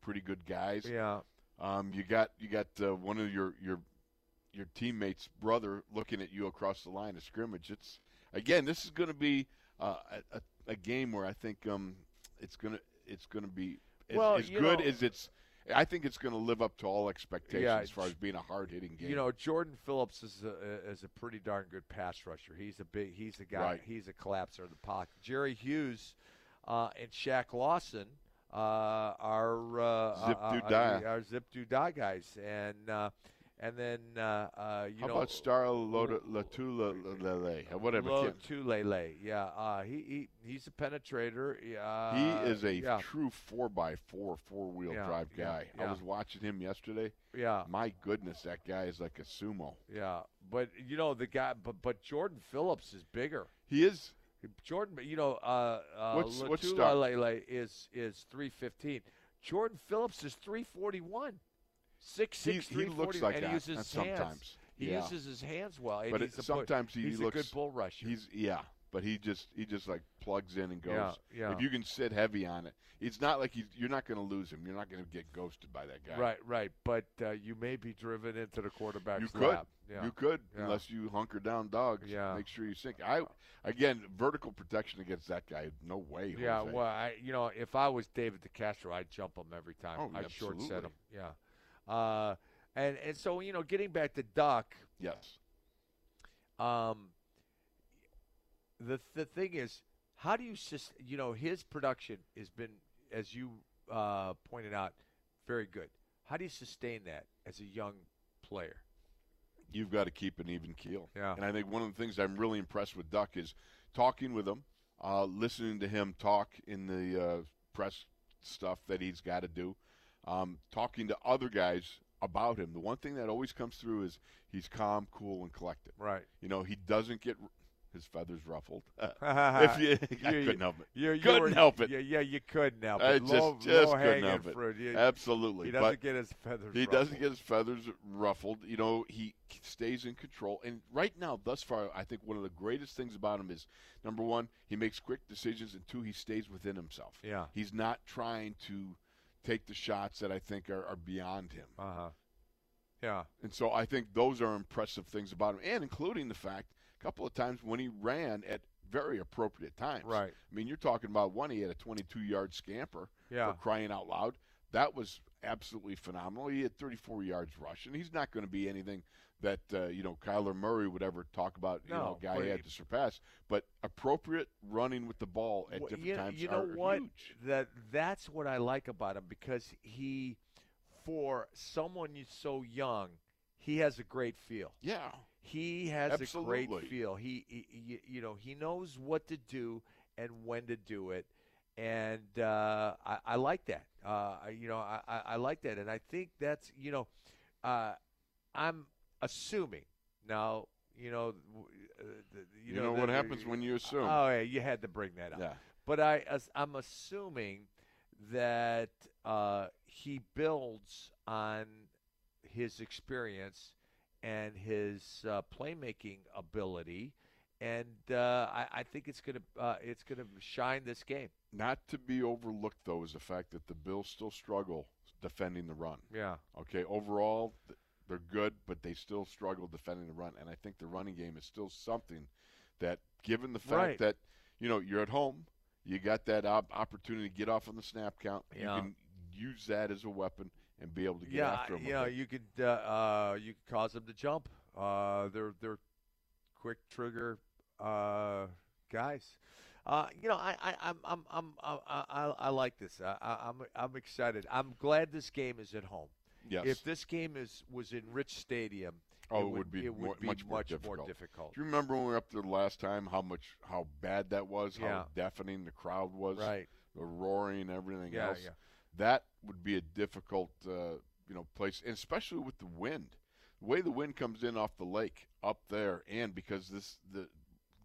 pretty good guys. yeah. Um, you got you got uh, one of your your your teammates' brother looking at you across the line of scrimmage. It's again, this is going to be uh, a, a, a game where I think um, it's gonna it's gonna be as, Well, as you good know- as it's. I think it's going to live up to all expectations Yeah, as far as being a hard hitting game. You know, Jordan Phillips is a, is a pretty darn good pass rusher. He's a big, he's a guy, Right. he's a collapser in the pocket. Jerry Hughes uh, and Shaq Lawson uh, are uh, Zip uh, do uh, die. are zip do die guys, and uh, and then uh, uh, you How know about Star Loda, Latula Lele? uh, Whatever. Lo kid. Tulele. Yeah, uh, he, he he's a penetrator. Yeah, He is a uh, yeah, true four by four, four wheel Yeah, drive yeah, guy. yeah. Uh. I was watching him yesterday. yeah. My goodness, that guy is like a sumo. Yeah, but you know the guy, but but Jordan Phillips is bigger. He is Jordan, you know, uh, uh, What's- what's Latu Star- Lalele is is three fifteen. Jordan Phillips is three forty one. Six six He's- he three forty, looks like and he that uses his hands. sometimes. He Yeah. uses his hands well, and but he's it- a bull- sometimes he he's looks a good bull rusher. He's yeah, but he just he just like plugs in and goes. Yeah, yeah. If you can sit heavy on it, it's not like he's, you're not going to lose him. You're not going to get ghosted by that guy. right, right. But uh, you may be driven into the quarterback's You could. lap. Yeah. You could Yeah. unless you hunker down, dog. Yeah. Make sure you sink. I again vertical protection against that guy. No way. Yeah, Jose. well, I, you know, if I was David DeCastro, I'd jump him every time. Oh, I'd short set absolutely. him. Yeah. Uh, and, and so, you know, getting back to Duck, Yes. um, the, the thing is, how do you, sus- you know, his production has been, as you uh, pointed out, very good. How do you sustain that as a young player? You've got to keep an even keel. Yeah. And I think one of the things I'm really impressed with Duck is talking with him, uh, listening to him talk in the uh, press stuff that he's got to do, um, talking to other guys about him. The one thing that always comes through is he's calm, cool, and collected. Right. You know, he doesn't get r- his feathers ruffled. if you, I You- couldn't help it. You, you Couldn't were- help it. Yeah, yeah, you couldn't help I it. just, low, just couldn't low-hanging help it. fruit. You- Absolutely. he but, doesn't get his feathers. He doesn't ruffled. get his feathers ruffled. You know, he k- stays in control. And right now, thus far, I think one of the greatest things about him is number one, he makes quick decisions, and two, he stays within himself. Yeah. He's not trying to take the shots that I think are, are beyond him. Uh huh. Yeah. And so I think those are impressive things about him, and including the fact a couple of times when he ran at very appropriate times. Right. I mean, you're talking about one, he had a 22 yard scamper Yeah. for crying out loud. That was absolutely phenomenal. He had 34 yards rush, and he's not going to be anything that uh, you know Kyler Murray would ever talk about. You No, know, a guy but he he- had to surpass, but appropriate running with the ball at Well, different you, times you know are what? huge. That that's what I like about him because he, for someone you- so young, he has a great feel. Yeah, He has a great Absolutely. feel. He, he, he- you know, he knows what to do and when to do it, and uh, I, I like that. Uh, I- you know, I, I, I like that, and I think that's you know, uh, I'm assuming now. You know, w- uh, the, you, know, what happens when. when you assume. Oh, yeah, you had to bring that up. yeah, But I, as- I'm assuming that uh, he builds on his experience and his uh, playmaking ability, and uh, I, I think it's gonna uh, it's gonna shine this game. not to be overlooked though is the fact that the Bills still struggle defending the run. Yeah, Okay, overall th- they're good, but they still struggle defending the run, and I think the running game is still something that, given the fact Right. that you know you're at home, you got that op- opportunity to get off on the snap count. Yeah. You can use that as a weapon and be able to get yeah. after them. you know, you could uh, uh, you could cause them to jump. Uh, they're they're quick trigger uh, guys. Uh, you know, I, I, I'm, I'm, I'm, uh, I, I, I like this. I, I, I'm, I'm excited. I'm glad this game is at home. yes. If this game is was in Rich Stadium, Oh, it would be it would more- be much more more difficult. difficult. Do you remember when we were up there last time? How much, how bad that was. Yeah. How deafening the crowd was. Right? The roaring, everything Yeah, else. yeah. that would be a difficult uh, you know place, and especially with the wind, the way the wind comes in off the lake up there, and because this the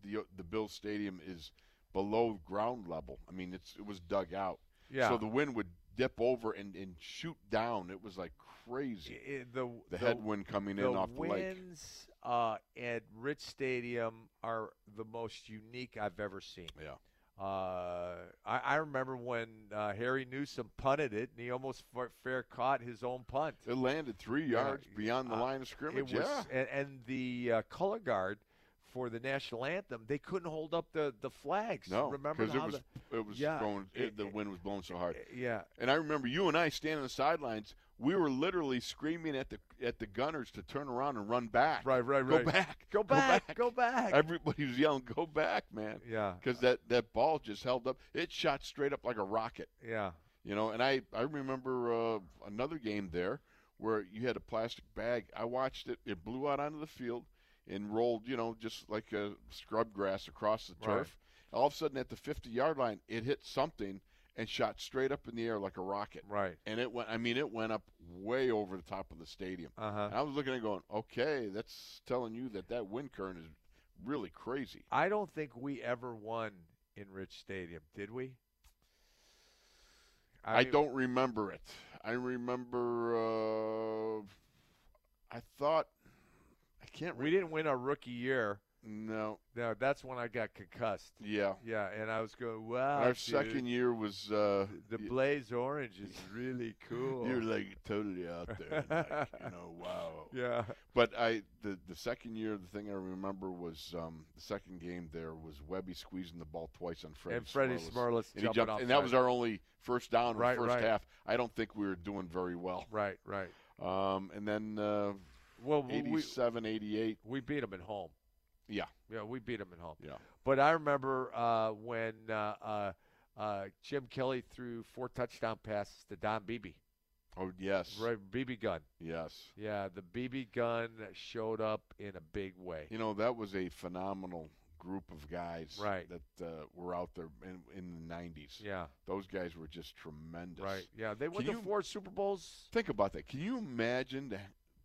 the uh, the Bill Stadium is below ground level. I mean, it's it was dug out, Yeah. so the wind would dip over and, and shoot down. It was like crazy. I- I- the The headwind coming in the off the lake. winds uh, at Rich Stadium are the most unique I've ever seen. Yeah. Uh, I, I remember when uh, Harry Newsom punted it, and he almost fa- fair caught his own punt. It landed three Yeah, yards beyond the uh, line of scrimmage. yeah. and, and the uh, color guard for the national anthem, they couldn't hold up the, the flags. No, remember because it how was it was yeah, going. it- It, the it- wind was blowing so hard. the, yeah, And I remember you and I standing on the sidelines. We were literally screaming at the at the gunners to turn around and run back. right, right, Go right. back. go back, go back. Everybody was yelling, "Go back, man!" yeah, Because that that ball just held up. It shot straight up like a rocket, yeah, you know. And I I remember uh, another game there where you had a plastic bag. I watched it. It blew out onto the field and rolled, you know, just like a scrub grass across the Right. turf. All of a sudden, at the 50 yard line, it hit something and shot straight up in the air like a rocket right. and it went. I mean, it went up way over the top of the stadium. Uh huh. And I was looking at it going, okay, that's telling you that that wind current is really crazy. I don't think we ever won in Rich Stadium, did we? I, mean, don't remember it. I remember. Uh, I thought. I can't. We didn't win our rookie year. No. No, that's when I got concussed. Yeah. Yeah, and I was going, wow. Our Ah, dude, second year was. Uh, The y- blaze orange is really cool. You're like totally out there, like, you know. Wow. yeah. But I the the second year, the thing I remember was um, the second game there was Webby squeezing the ball twice on Freddie. and Freddie Smarlis. Smarless and he jumping jumped, off and that was side. our only first down in Right, the first right. half. I don't think we were doing very well. right, right. Um, and then uh, Well, we- we 87, 88. we beat them at home. Yeah, Yeah, we beat them at home. yeah, But I remember uh, when uh, uh, uh, Jim Kelly threw four touchdown passes to Don Beebe, oh yes, right? BB gun. yes. Yeah, the BB gun showed up in a big way. You know that was a phenomenal group of guys Right. that uh, were out there in, in the 90s. Yeah, Those guys were just tremendous. right. Yeah, they went Can to you- four Super Bowls Think about that. Can you imagine to,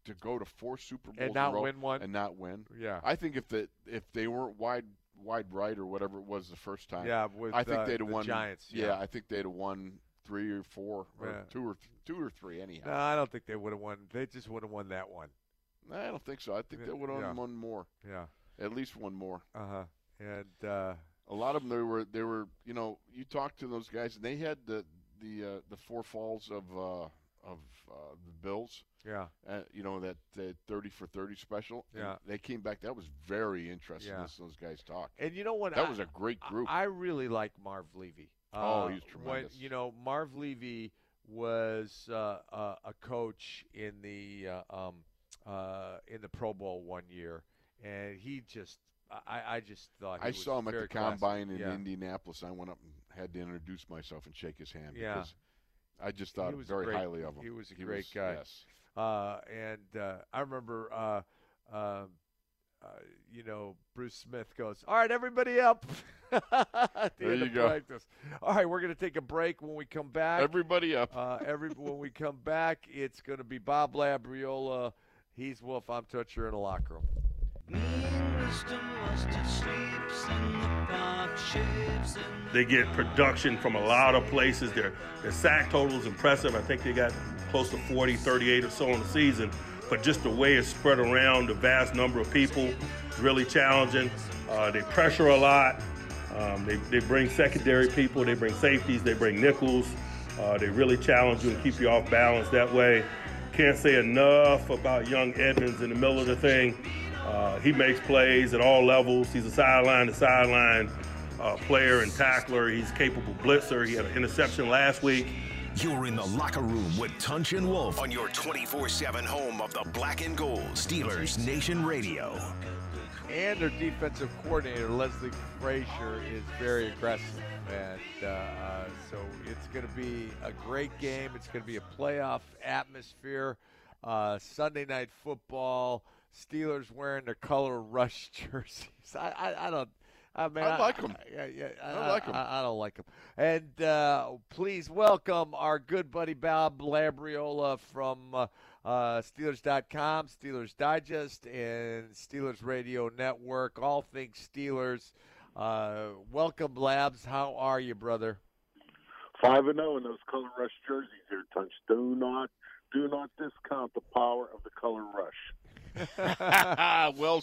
to go to four Super Bowls and in a not row win one. and not win? yeah, I think if the if they weren't wide wide right or whatever it was the first time, yeah. With I think uh, they'd the have won. Giants. Yeah. I think they'd have won three or four or Yeah. two or th- two or three anyhow. No, I don't think they would have won. They just would have won that one. I don't think so. I think Yeah, they would have yeah. won more, Yeah. at least one more. Uh huh. And uh, A lot of them, they were, they were, you know, you talked to those guys, and they had the the uh, the four falls of uh, of uh, the Bills, yeah, uh, you know, that uh, thirty for thirty special. and Yeah. they came back. That was very interesting. Yeah. Listening to those guys talk. and you know what? That I- was a great I- group. I really like Marv Levy. Oh, Uh, he's tremendous. When, you know, Marv Levy was uh, uh, a coach in the uh, um, uh, in the Pro Bowl one year, and he just I, I just thought he I was saw him at the very classy. combine in Yeah. Indianapolis. I went up and had to introduce myself and shake his hand Yeah. because I just thought was a very great- highly of him. he was a great guy. Yes. Uh, and uh, I remember, uh, uh, uh, you know, Bruce Smith goes, "All right, everybody up." At the There end you of go. practice. All right, we're going to take a break. When we come back, Everybody up. Uh, every when we come back, it's going to be Bob Labriola. He's Wolf. I'm Toucher in the locker room. They get production from a lot of places. Their their sack total is impressive. I think they got close to 40, 38 or so in the season. But just the way it's spread around, the vast number of people, it's really challenging. Uh, they pressure a lot. Um, they, they bring secondary people. They bring safeties. They bring nickels. Uh, they really challenge you and keep you off balance that way. Can't say enough about young Edmonds in the middle of the thing. Uh, he makes plays at all levels. He's a sideline to sideline uh, player and tackler. He's capable blitzer. He had an interception last week. You're in the locker room with Tunch and Wolf on your 24 7 home of the black and gold Steelers Nation Radio. And their defensive coordinator Leslie Frazier is very aggressive, and uh, uh, so it's going to be a great game. It's going to be a playoff atmosphere. Uh, Sunday night football. Steelers wearing their color rush jerseys. I, I, I don't. I mean, I like 'em. Yeah, yeah. I, I like 'em. I, I don't like them. And uh, please welcome our good buddy Bob Labriola from uh, uh, Steelers.com, Steelers Digest, and Steelers Radio Network. All things Steelers. Uh, welcome, Labs. How are you, brother? Five and zero in those color rush jerseys here, Tunch. Do not, do not discount the power of the color rush. Ah, well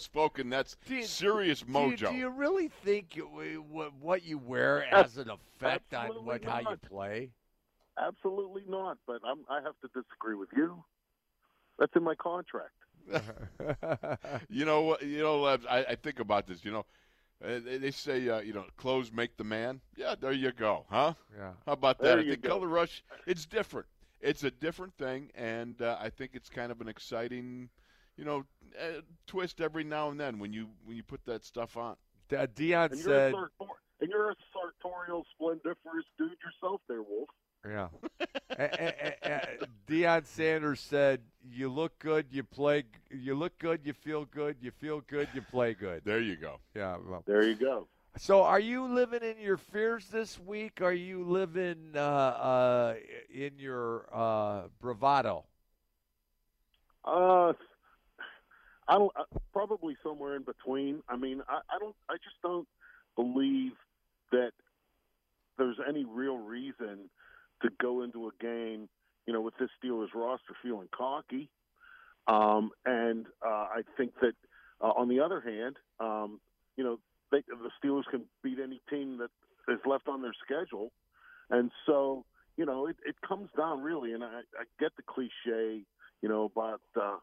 spoken. That's Do you- serious Do you- mojo. Do you, really think you- what what you wear has an effect on Absolutely what how you not. play? Absolutely not. But I'm, I have to disagree with you. That's in my contract. You know what? You know, Lebs, I, I think about this. You know, Uh, they, they say uh, you know, clothes make the man. Yeah, there you go, huh? yeah. How about that? There I you think go. Color Rush, it's different. It's a different thing, and uh, I think it's kind of an exciting, you know, uh, twist every now and then when you when you put that stuff on. D- uh, Dion And you're, said, a sartor- and you're a sartorial, splendiferous dude yourself, there, Wolf. "Yeah." A- a- a- a- Deion Sanders said, "You look good. You play. g- You look good. You feel good. You feel good. You play good." There you go. Yeah. well. There you go. So, are you living in your fears this week? Are you living uh, uh, in your uh, bravado? Uh, I don't. Uh, probably somewhere in between. I mean, I, I don't. I just don't believe that there's any real reason to go into a game, you know, with this Steelers roster feeling cocky. Um, and uh, I think that, uh, on the other hand, um, you know, they, the Steelers can beat any team that is left on their schedule. And so, you know, it, it comes down really, and I, I get the cliche, you know, about uh,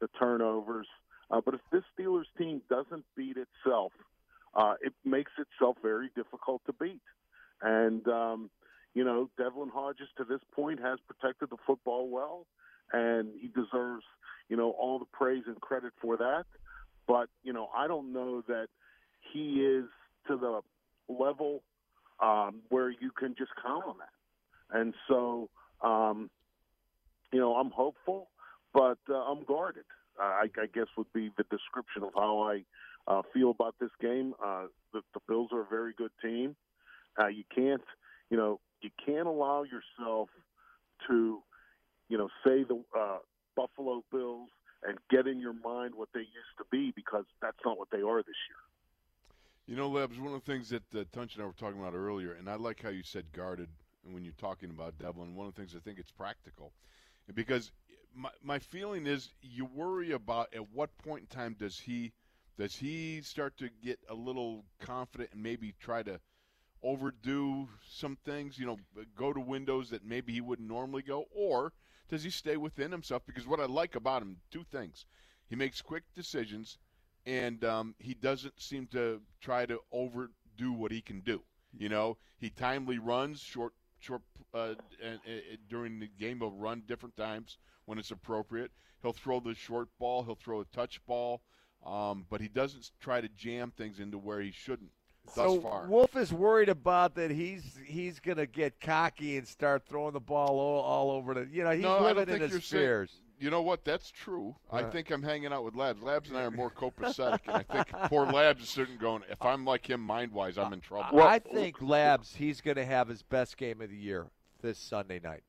the turnovers. Uh, but if this Steelers team doesn't beat itself, uh, it makes itself very difficult to beat. And, um, you know, Devlin Hodges to this point has protected the football well, and he deserves, you know, all the praise and credit for that. But, you know, I don't know that he is to the level um, where you can just count on that. And so, um, you know, I'm hopeful, but uh, I'm guarded. Uh, I, I guess would be the description of how I uh, feel about this game. Uh, the, the Bills are a very good team. Uh, you can't, you know, you can't allow yourself to, you know, say the uh, Buffalo Bills and get in your mind what they used to be because that's not what they are this year. You know, Labs, one of the things that uh, Tunch and I were talking about earlier, and I like how you said guarded when you're talking about Devlin. One of the things I think it's practical, because my, my feeling is you worry about at what point in time does he does he start to get a little confident and maybe try to overdo some things, you know, go to windows that maybe he wouldn't normally go, or does he stay within himself? Because what I like about him, two things: he makes quick decisions, and um, he doesn't seem to try to overdo what he can do. You know, he timely runs short, short uh, and, and during the game. He'll run different times when it's appropriate. He'll throw the short ball. He'll throw a touch ball, um, but he doesn't try to jam things into where he shouldn't. So thus far, Wolf is worried about that. He's he's gonna get cocky and start throwing the ball all, all over the. You know, he's No, I don't living in think his you're saying- fears. You know what? That's true. I Uh, think I'm hanging out with Labs. Labs and I are more copacetic, and I think poor Labs is sitting going, if I'm like him mind wise, I'm in trouble. I think Labs. He's gonna have his best game of the year this Sunday night.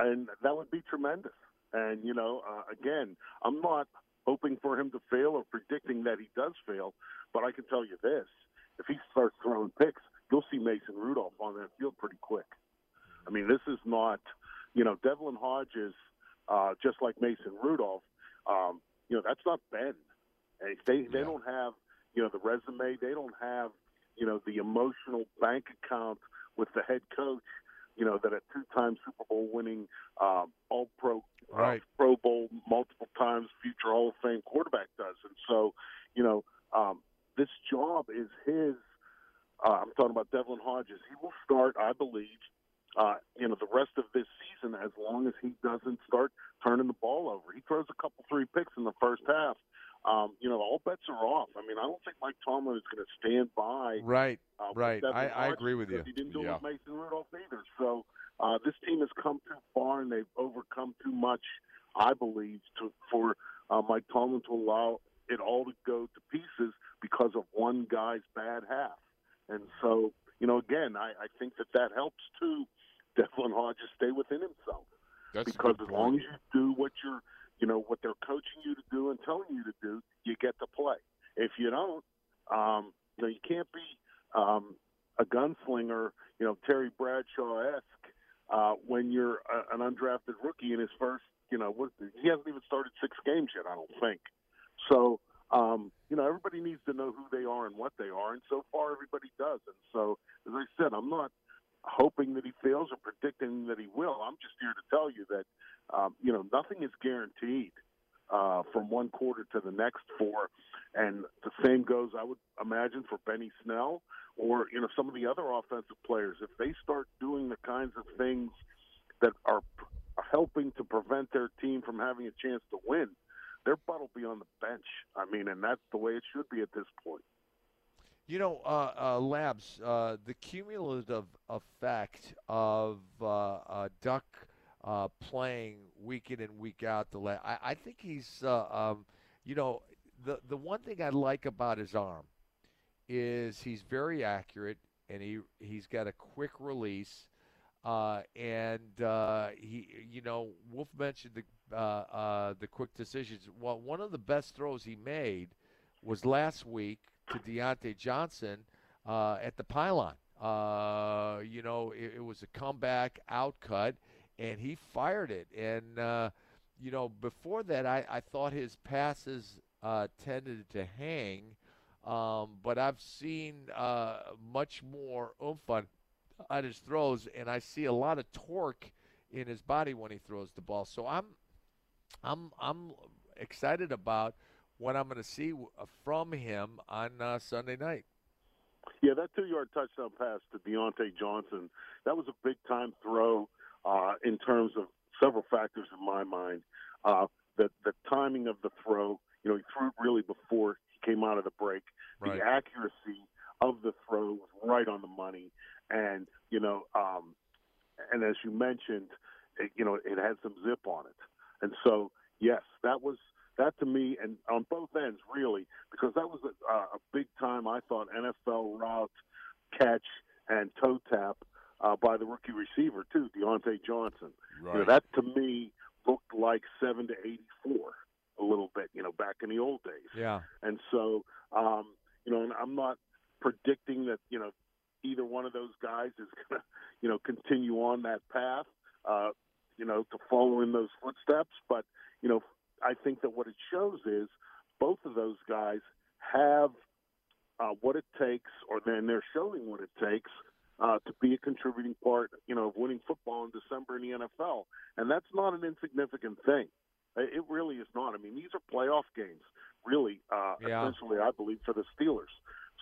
and that would be tremendous. And you know, uh, again, I'm not hoping for him to fail or predicting that he does fail, but I can tell you this: if he starts throwing picks, you'll see Mason Rudolph on that field pretty quick. I mean, this is not, you know, Devlin Hodges, uh, just like Mason Rudolph. Um, you know, that's not Ben. And They they Yeah. don't have you know the resume. They don't have you know the emotional bank account with the head coach. You know that a two-time Super Bowl winning um, All Pro, Right. uh, Pro Bowl multiple times, future Hall of Fame quarterback does. And so, you know, um, this job is his. Uh, I'm talking about Devlin Hodges. He will start, I believe, uh, you know, the rest of this season as long as he doesn't start turning the ball over. He throws a couple three picks in the first half. Um, you know, all bets are off. I mean, I don't think Mike Tomlin is going to stand by Right. uh, with Right. Devin I- I Hodges agree with because you. He didn't do Yeah. it with Mason Rudolph either. So uh, this team has come too far and they've overcome too much, I believe, to, for uh, Mike Tomlin to allow it all to go to pieces because of one guy's bad half. And so, you know, again, I, I think that that helps too. Devlin Hodges stay within himself That's a because good as point. long as you do what you're, you know, what they're coaching you to do and telling you to do, you get to play. If you don't, um, you know, you can't be um, a gunslinger, you know, Terry Bradshaw esque uh, when you're a, an undrafted rookie in his first, you know, what, he hasn't even started six games yet, I don't think. So, um, you know, everybody needs to know who they are and what they are, and so far everybody does. And so, as I said, I'm not hoping that he fails or predicting that he will. I'm just here to tell you that um, you know nothing is guaranteed uh, from one quarter to the next for, and the same goes I would imagine for Benny Snell or you know some of the other offensive players if they start doing the kinds of things that are p- helping to prevent their team from having a chance to win. Their butt will be on the bench. Uh, I mean, and that's the way it should be at this point. You know, uh, uh, Labs, uh, the cumulative effect of uh, uh, Duck uh, playing week in and week out, the la- I, I think he's, uh, um, you know, the, the one thing I like about his arm is he's very accurate and he, he's got a quick release. Uh, and uh, he, you know, Wolf mentioned the uh, uh, the quick decisions. Well, one of the best throws he made was last week to Deontay Johnson uh, at the pylon. Uh, you know, it, it was a comeback outcut, and he fired it. And uh, you know, before that, I, I thought his passes uh, tended to hang, um, but I've seen uh, much more oomph on, on his throws, and I see a lot of torque in his body when he throws the ball. So I'm, I'm, I'm excited about what I'm going to see w- uh, from him on uh, Sunday night. Yeah, that two-yard touchdown pass to Deontay Johnson, that was a big-time throw uh, in terms of several factors in my mind. Uh, the the timing of the throw, you know, he threw it really before he came out of the break. Right. The accuracy of the throw was right on the money, and you know, um, and as you mentioned, it, you know, it had some zip on it, and so yes, that was that to me, and on both ends really, because that was a, a big time. I thought NFL route catch and toe tap uh, by the rookie receiver too, Deontay Johnson. You know, that to me looked like seven to eighty-four a little bit. You know, back in the old days. Yeah. And so, um, you know, and I'm not predicting that, you know, either one of those guys is going to, you know, continue on that path, uh, you know, to follow in those footsteps. But, you know, I think that what it shows is both of those guys have uh, what it takes, or then they're showing what it takes uh, to be a contributing part, you know, of winning football in December in the NFL. And that's not an insignificant thing. It it really is not. I mean, these are playoff games, really, uh, Yeah. essentially, I believe, for the Steelers.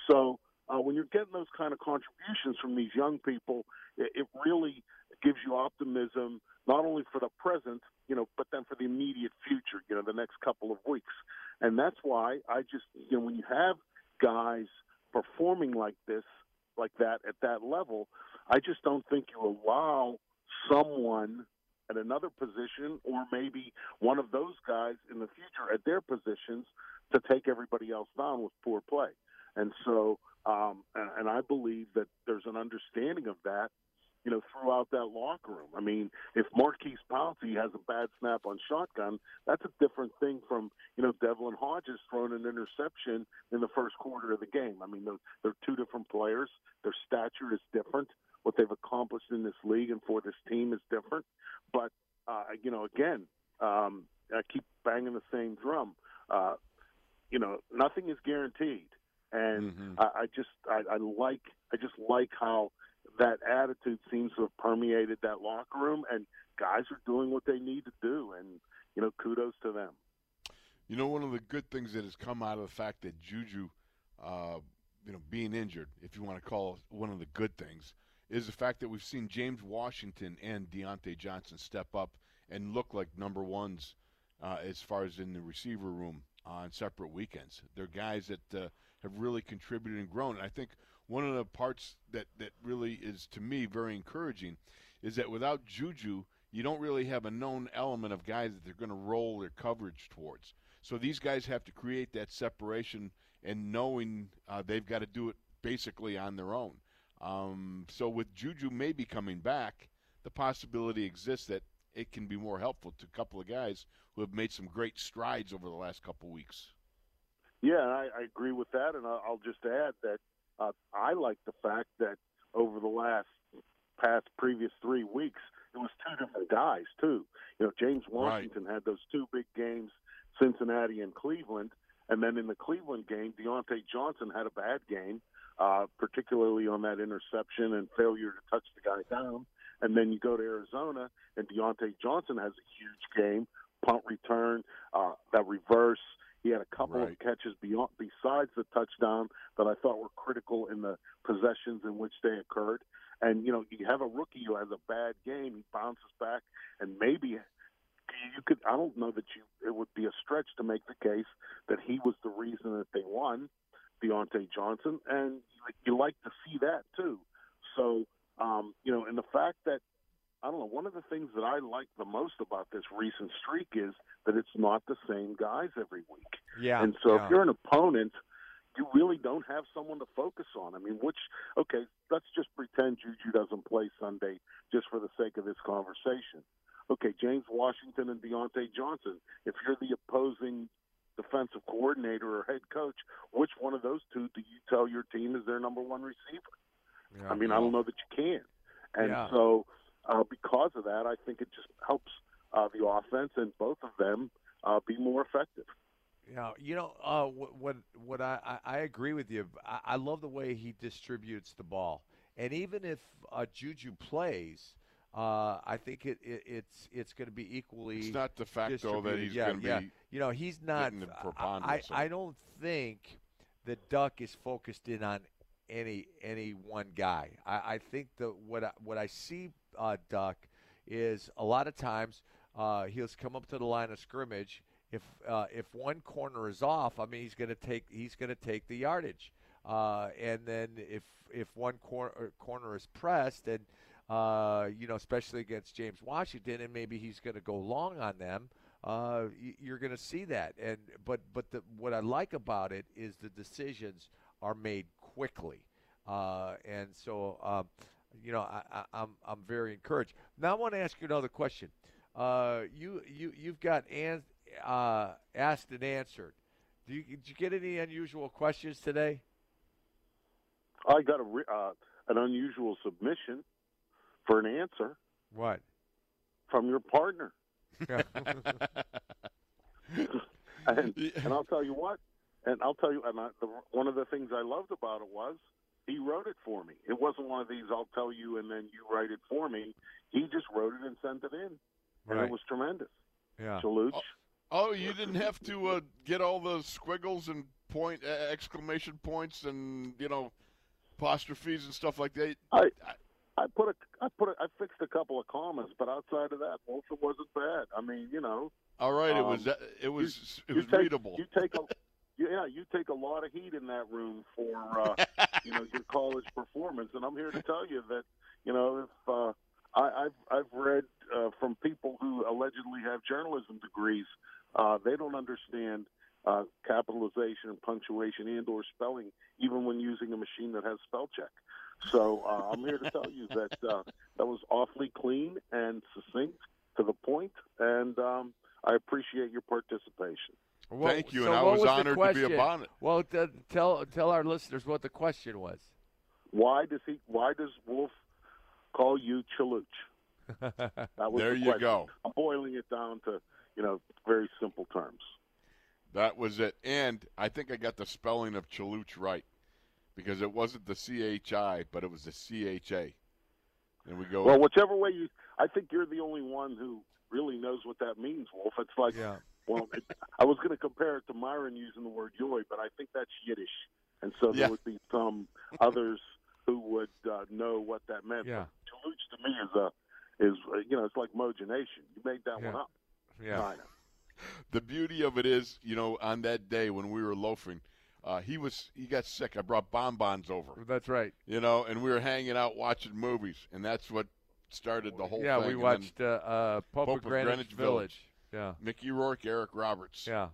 So uh, when you're getting those kind of contributions from these young people, it, it really gives you optimism, not only for the present, you know, but then for the immediate future, you know, the next couple of weeks. And that's why I just, you know, when you have guys performing like this, like that, at that level, I just don't think you allow someone at another position or maybe one of those guys in the future at their positions to take everybody else down with poor play. And so, um, and, and I believe that there's an understanding of that, you know, throughout that locker room. I mean, if Marquise Pouncey has a bad snap on shotgun, that's a different thing from, you know, Devlin Hodges throwing an interception in the first quarter of the game. I mean, they're, they're two different players. Their stature is different. What they've accomplished in this league and for this team is different. But, uh, you know, again, um, I keep banging the same drum. Uh, you know, nothing is guaranteed. And Mm-hmm. I, I just I, I like I just like how that attitude seems to have permeated that locker room and guys are doing what they need to do and you know, kudos to them. You know, one of the good things that has come out of the fact that Juju, uh, you know, being injured, if you want to call it one of the good things, is the fact that we've seen James Washington and Deontay Johnson step up and look like number ones uh, as far as in the receiver room on separate weekends. They're guys that uh, have really contributed and grown. And I think one of the parts that, that really is, to me, very encouraging is that without Juju, you don't really have a known element of guys that they're going to roll their coverage towards. So these guys have to create that separation and knowing uh, they've got to do it basically on their own. Um, so with Juju maybe coming back, the possibility exists that it can be more helpful to a couple of guys who have made some great strides over the last couple of weeks. Yeah, I, I agree with that, and I'll, I'll just add that uh, I like the fact that over the last past previous three weeks, it was two different guys too. You know, James Washington had those two big games, Cincinnati and Cleveland, and then in the Cleveland game, Deontay Johnson had a bad game, uh, particularly on that interception and failure to touch the guy down. And then you go to Arizona, and Deontay Johnson has a huge game, punt return, uh, that reverse. He had a couple of Right. catches beyond, besides the touchdown that I thought were critical in the possessions in which they occurred. And you know, you have a rookie who has a bad game, he bounces back, and maybe you could. I don't know that you. It would be a stretch to make the case that he was the reason that they won, Deontay Johnson, and you, you like to see that too. So um, you know, and the fact that I don't know. One of the things that I like the most about this recent streak is that it's not the same guys every week. Yeah. And so if you're an opponent, you really don't have someone to focus on. I mean, which okay, let's just pretend Juju doesn't play Sunday just for the sake of this conversation. Okay, James Washington and Deontay Johnson. If you're the opposing defensive coordinator or head coach, which one of those two do you tell your team is their number one receiver? I mean, I don't know that you can. And Yeah. so, uh, because of that, I think it just helps uh, the offense and both of them uh, be more effective. Yeah, you know uh, what? What, what I, I I agree with you. I, I love the way he distributes the ball, and even if uh, Juju plays, uh, I think it, it it's it's going to be equally. It's not de facto that distributed. he's yeah, going to yeah. be. You know, he's not. getting the I, preponderance of I it. don't think the Duck is focused in on any any one guy. I, I think the what I, what I see uh, Duck is a lot of times uh, he'll come up to the line of scrimmage. If uh, if one corner is off, I mean he's going to take he's going to take the yardage. Uh, and then if if one corner corner is pressed and uh, you know, especially against James Washington, and maybe he's going to go long on them. Uh, y- you're going to see that, and but but the, what I like about it is the decisions are made quickly, uh, and so um, you know I, I, I'm I'm very encouraged. Now I want to ask you another question. Uh, you you you've got an, uh, asked and answered. Do you, did you get any unusual questions today? I got a re- uh, an unusual submission for an answer What? from your partner, and and Yeah. I'll tell you what, and I'll tell you, and I, the, one of the things I loved about it was he wrote it for me. It wasn't one of these I'll tell you and then you write it for me. He just wrote it and sent it in, and Right. it was tremendous. Yeah. Chaluch. Oh, you didn't have to uh, get all the squiggles and point uh, exclamation points and you know apostrophes and stuff like that. I, I put a, I put a, I fixed a couple of commas, but outside of that, most of it wasn't bad. I mean, you know, All right, it Um, was that- it was it you was take, readable. You take a, yeah, you take a lot of heat in that room for, uh, you know, your college performance, and I'm here to tell you that, you know, if uh, I, I've I've read uh, from people who allegedly have journalism degrees, uh, they don't understand. Uh, capitalization and punctuation and or spelling even when using a machine that has spell check so uh, i'm here to tell you that uh, that was awfully clean and succinct to the point and um, i appreciate your participation What- Thank you, so and I what was the honored to be a question? bonnet. Well, t- tell tell our listeners what the question was. Why does he? Why does Wolf call you Chaluch? That was There the you question. go. I'm boiling it down to you know very simple terms. That was it. And I think I got the spelling of Chaluch right because it wasn't the C H I, but it was the C H A. And we go, Well, whichever way you, I think you're the only one who really knows what that means, Wolf. It's like, Yeah. well, it, I was going to compare it to Myron using the word "yoy," but I think that's Yiddish, and so there Yeah. would be some others who would uh, know what that meant. Yeah. But Chaluch to me is a is uh, you know it's like mogination. You made that one Yeah. up, kinda. the beauty of it is, you know, on that day when we were loafing, uh, he was he got sick. I brought bonbons over, that's right. you know, and we were hanging out watching movies, and that's what started the whole yeah, thing. we And watched uh, uh, Pope, Pope of of Greenwich, Greenwich Village. then Mickey Rourke, Eric Roberts. Yeah,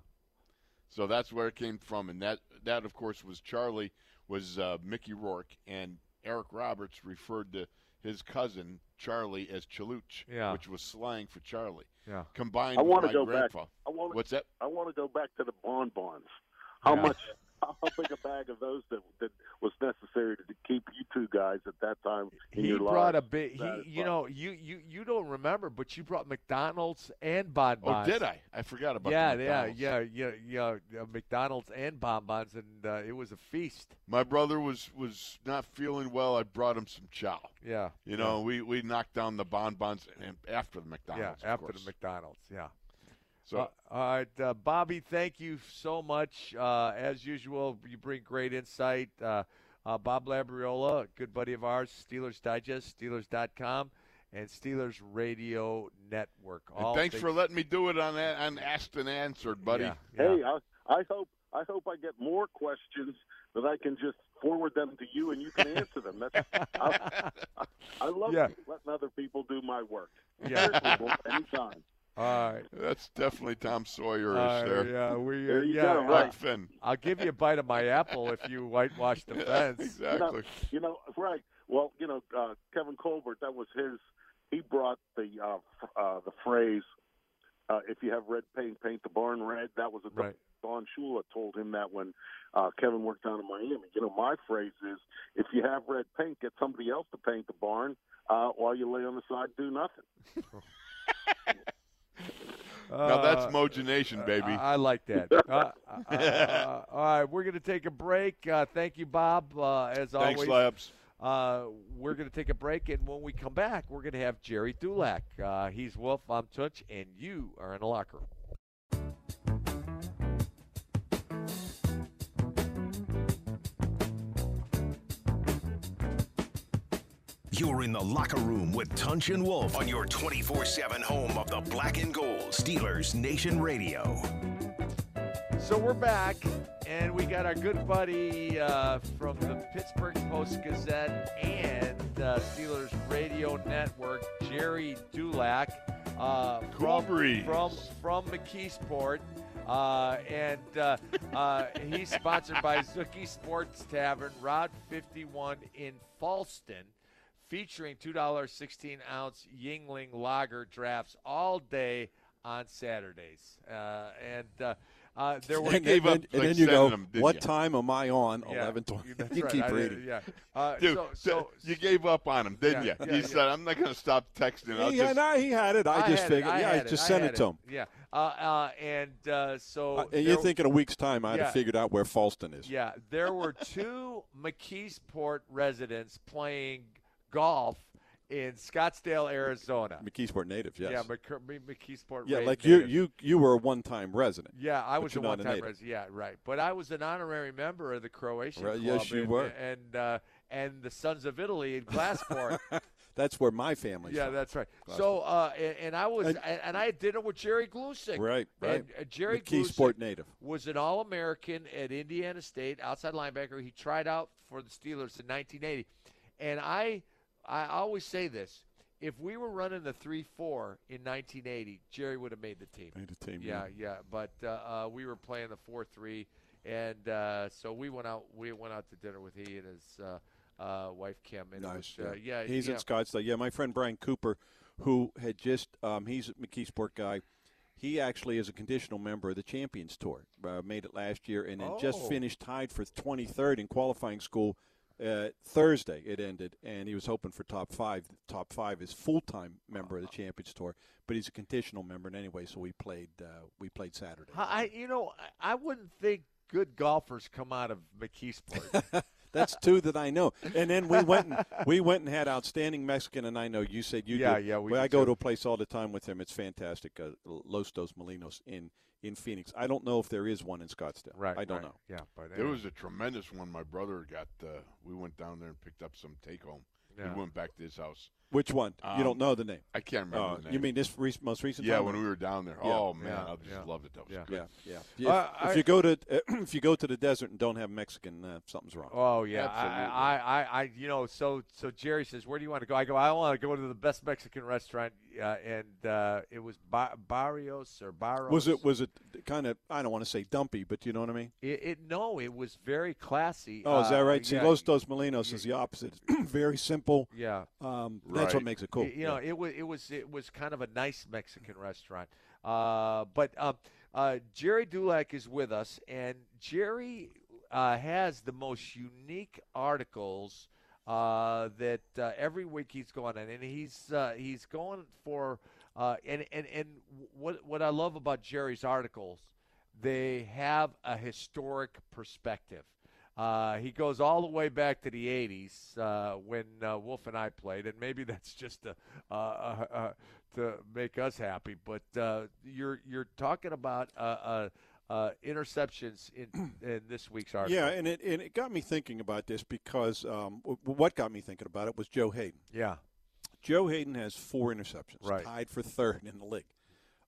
So that's where it came from, and that that of course was Charlie was uh, Mickey Rourke, and Eric Roberts referred to his cousin Charlie as Chaluch, Yeah. which was slang for Charlie. yeah, Combined I with wanna my go back. grandpa. I want What's that? I want to go back to the bonbons. How Yeah. much? How big a bag of those that, that was necessary to keep you two guys at that time in He your brought a lives? big. He, Satisfied. you know, you you you don't remember, but you brought McDonald's and bonbons. Oh, did I? I forgot about. yeah, the yeah, McDonald's. yeah, yeah, yeah, yeah. McDonald's and bonbons, and uh, it was a feast. My brother was was not feeling well. I brought him some chow. Yeah, You know, we, we knocked down the bonbons and after the yeah. McDonald's. of After the course. McDonald's, yeah. So Uh, all right, uh, Bobby, thank you so much. Uh, as usual, you bring great insight. Uh, uh, Bob Labriola, a good buddy of ours, Steelers Digest, Steelers.com, and Steelers Radio Network. and thanks for letting me do it on that on Asked and Answered, buddy. Yeah, Hey, yeah. I, I hope I hope I get more questions that I can just forward them to you and you can answer them. That's I, I, I love Yeah. letting other people do my work. Yeah. Seriously, Wolf, anytime. All right. That's definitely Tom Sawyer All right, is there. yeah, we, uh, There you yeah, go, I- right. Finn. I'll give you a bite of my apple if you whitewash the fence. exactly. You know, right? Well, you know, uh, Kevin Colbert. That was his. He brought the uh, f- uh, the phrase, uh, "If you have red paint, paint the barn red." That was a Right. Don Shula told him that when uh, Kevin worked down in Miami. You know, my phrase is, "If you have red paint, get somebody else to paint the barn." uh, while you lay on the side, do nothing. now that's Mojo Nation, baby. Uh, I, I like that. Uh, uh, uh, all right, we're going to take a break. Uh, thank you, Bob. Uh, as Thanks, always, Labs. Uh, we're going to take a break, and when we come back, we're going to have Jerry Dulac. Uh, he's Wolf, I'm Tunch, and you are in the locker room. You're in the locker room with Tunch and Wolf on your 24 7 home of the black and gold Steelers Nation Radio. So we're back, and we got our good buddy uh, from the Pittsburgh Post Gazette and uh, Steelers Radio Network, Jerry Dulac, uh, Cool from, breeze. from from McKeesport. Uh, and uh, uh, he's sponsored by Zookie Sports Tavern, Route 51 in Falston, featuring $2.16 ounce Yingling Lager drafts all day on Saturdays. Uh, and uh, uh, there were You gave then, up, and like, then you seven go, of 'em, didn't what you? time am I on? Yeah, 11:20. that's You right. keep I did- reading. Yeah. Uh, Dude, so, so, so, you gave up on him, didn't Yeah, you? yeah, he yeah. said, "I'm not going to stop texting." I'll He, just had, I, he had it. I, just had it, figured. yeah, had I just I sent had it to him. Yeah. Uh, uh, and uh, so. Uh, and there- you think in a week's time I'd Yeah. have figured out where Falston is. Yeah, there were two McKeesport residents playing golf in Scottsdale, Arizona. McKeesport native, yes. Yeah, McK- McKeesport. Yeah, Raid like you, native. you, you were a one-time resident. Yeah, I but was a you're not a one-time native. resident. Yeah, right. But I was an honorary member of the Croatian Right, club. yes, you and, were. And uh, and the Sons of Italy in Glassport. That's where my family's yeah, from. that's right. So uh, and, and I was and, and I had dinner with Jerry Glusick. Right, right. And, uh, Jerry Glusick McKeesport native. was an All American at Indiana State, outside linebacker. He tried out for the Steelers in 1980. And I, I always say this if we were running the 3 4 in 1980, Jerry would have made the team. Made the team, Yeah, yeah. But uh, uh, we were playing the 4 3. And uh, so we went out. We went out to dinner with he and his uh, uh, wife Kim. And it Nice. was, uh, yeah, he's yeah. in Scottsdale. uh, Yeah, my friend Brian Cooper, who had just um, he's a McKeesport guy. He actually is a conditional member of the Champions Tour. Uh, made it last year and then just Oh. finished tied for 23rd in qualifying school. Uh, Thursday it ended, and he was hoping for top five. Top five is full time member of the Champions Tour, but he's a conditional member and anyway. So we played uh, we played Saturday. I, I- you know, I, I wouldn't think good golfers come out of McKeesport. That's two that I know. And then we went and we went and had outstanding Mexican, and I know you said you Yeah, do. yeah, we Well, do I go too. to a place all the time with him. It's fantastic. Uh, Los Dos Molinos in in Phoenix. I don't know if there is one in Scottsdale. right. I don't right. know. Yeah, but There anyway. was a tremendous one. My brother got. Uh, we went down there and picked up some take home. Yeah. We went back to his house. Which one? you Um, don't know the name. I can't remember Oh, the name. You mean this re- most recent? yeah, time? when we were down there. Yeah. oh man, Yeah. I just Yeah. loved it. That was Yeah. good. Yeah, yeah. If, I- Uh, if you go to if you go to the desert and don't have Mexican, uh, something's wrong. Oh yeah, Absolutely. I, I, I, I, you know, so so Jerry says, where do you want to go? I go, I want to go to the best Mexican restaurant, uh, and uh, it was ba- Barrios or Barros. was it was it kind of I don't want to say dumpy, but you know what I mean? It, it- no, it was very classy. Oh, is that Uh, right? See, yeah, Los Dos Molinos is the opposite. Very simple. Yeah, Um, That's what Right. makes it cool. Y- You know, it was it was it was kind of a nice Mexican restaurant. Uh, but uh, uh, Jerry Dulac is with us, and Jerry uh, has the most unique articles uh, that uh, every week he's going on, and he's uh, he's going for uh, and and and what what I love about Jerry's articles, they have a historic perspective. Uh, he goes all the way back to the 80s uh, when uh, Wolf and I played, and maybe that's just to, uh, uh, uh, to make us happy. But uh, you're you're talking about uh, uh, uh, interceptions in, in this week's article. Yeah, and it and it got me thinking about this because um, w- what got me thinking about it was Joe Hayden. yeah, Joe Hayden has four interceptions, Right. tied for third in the league.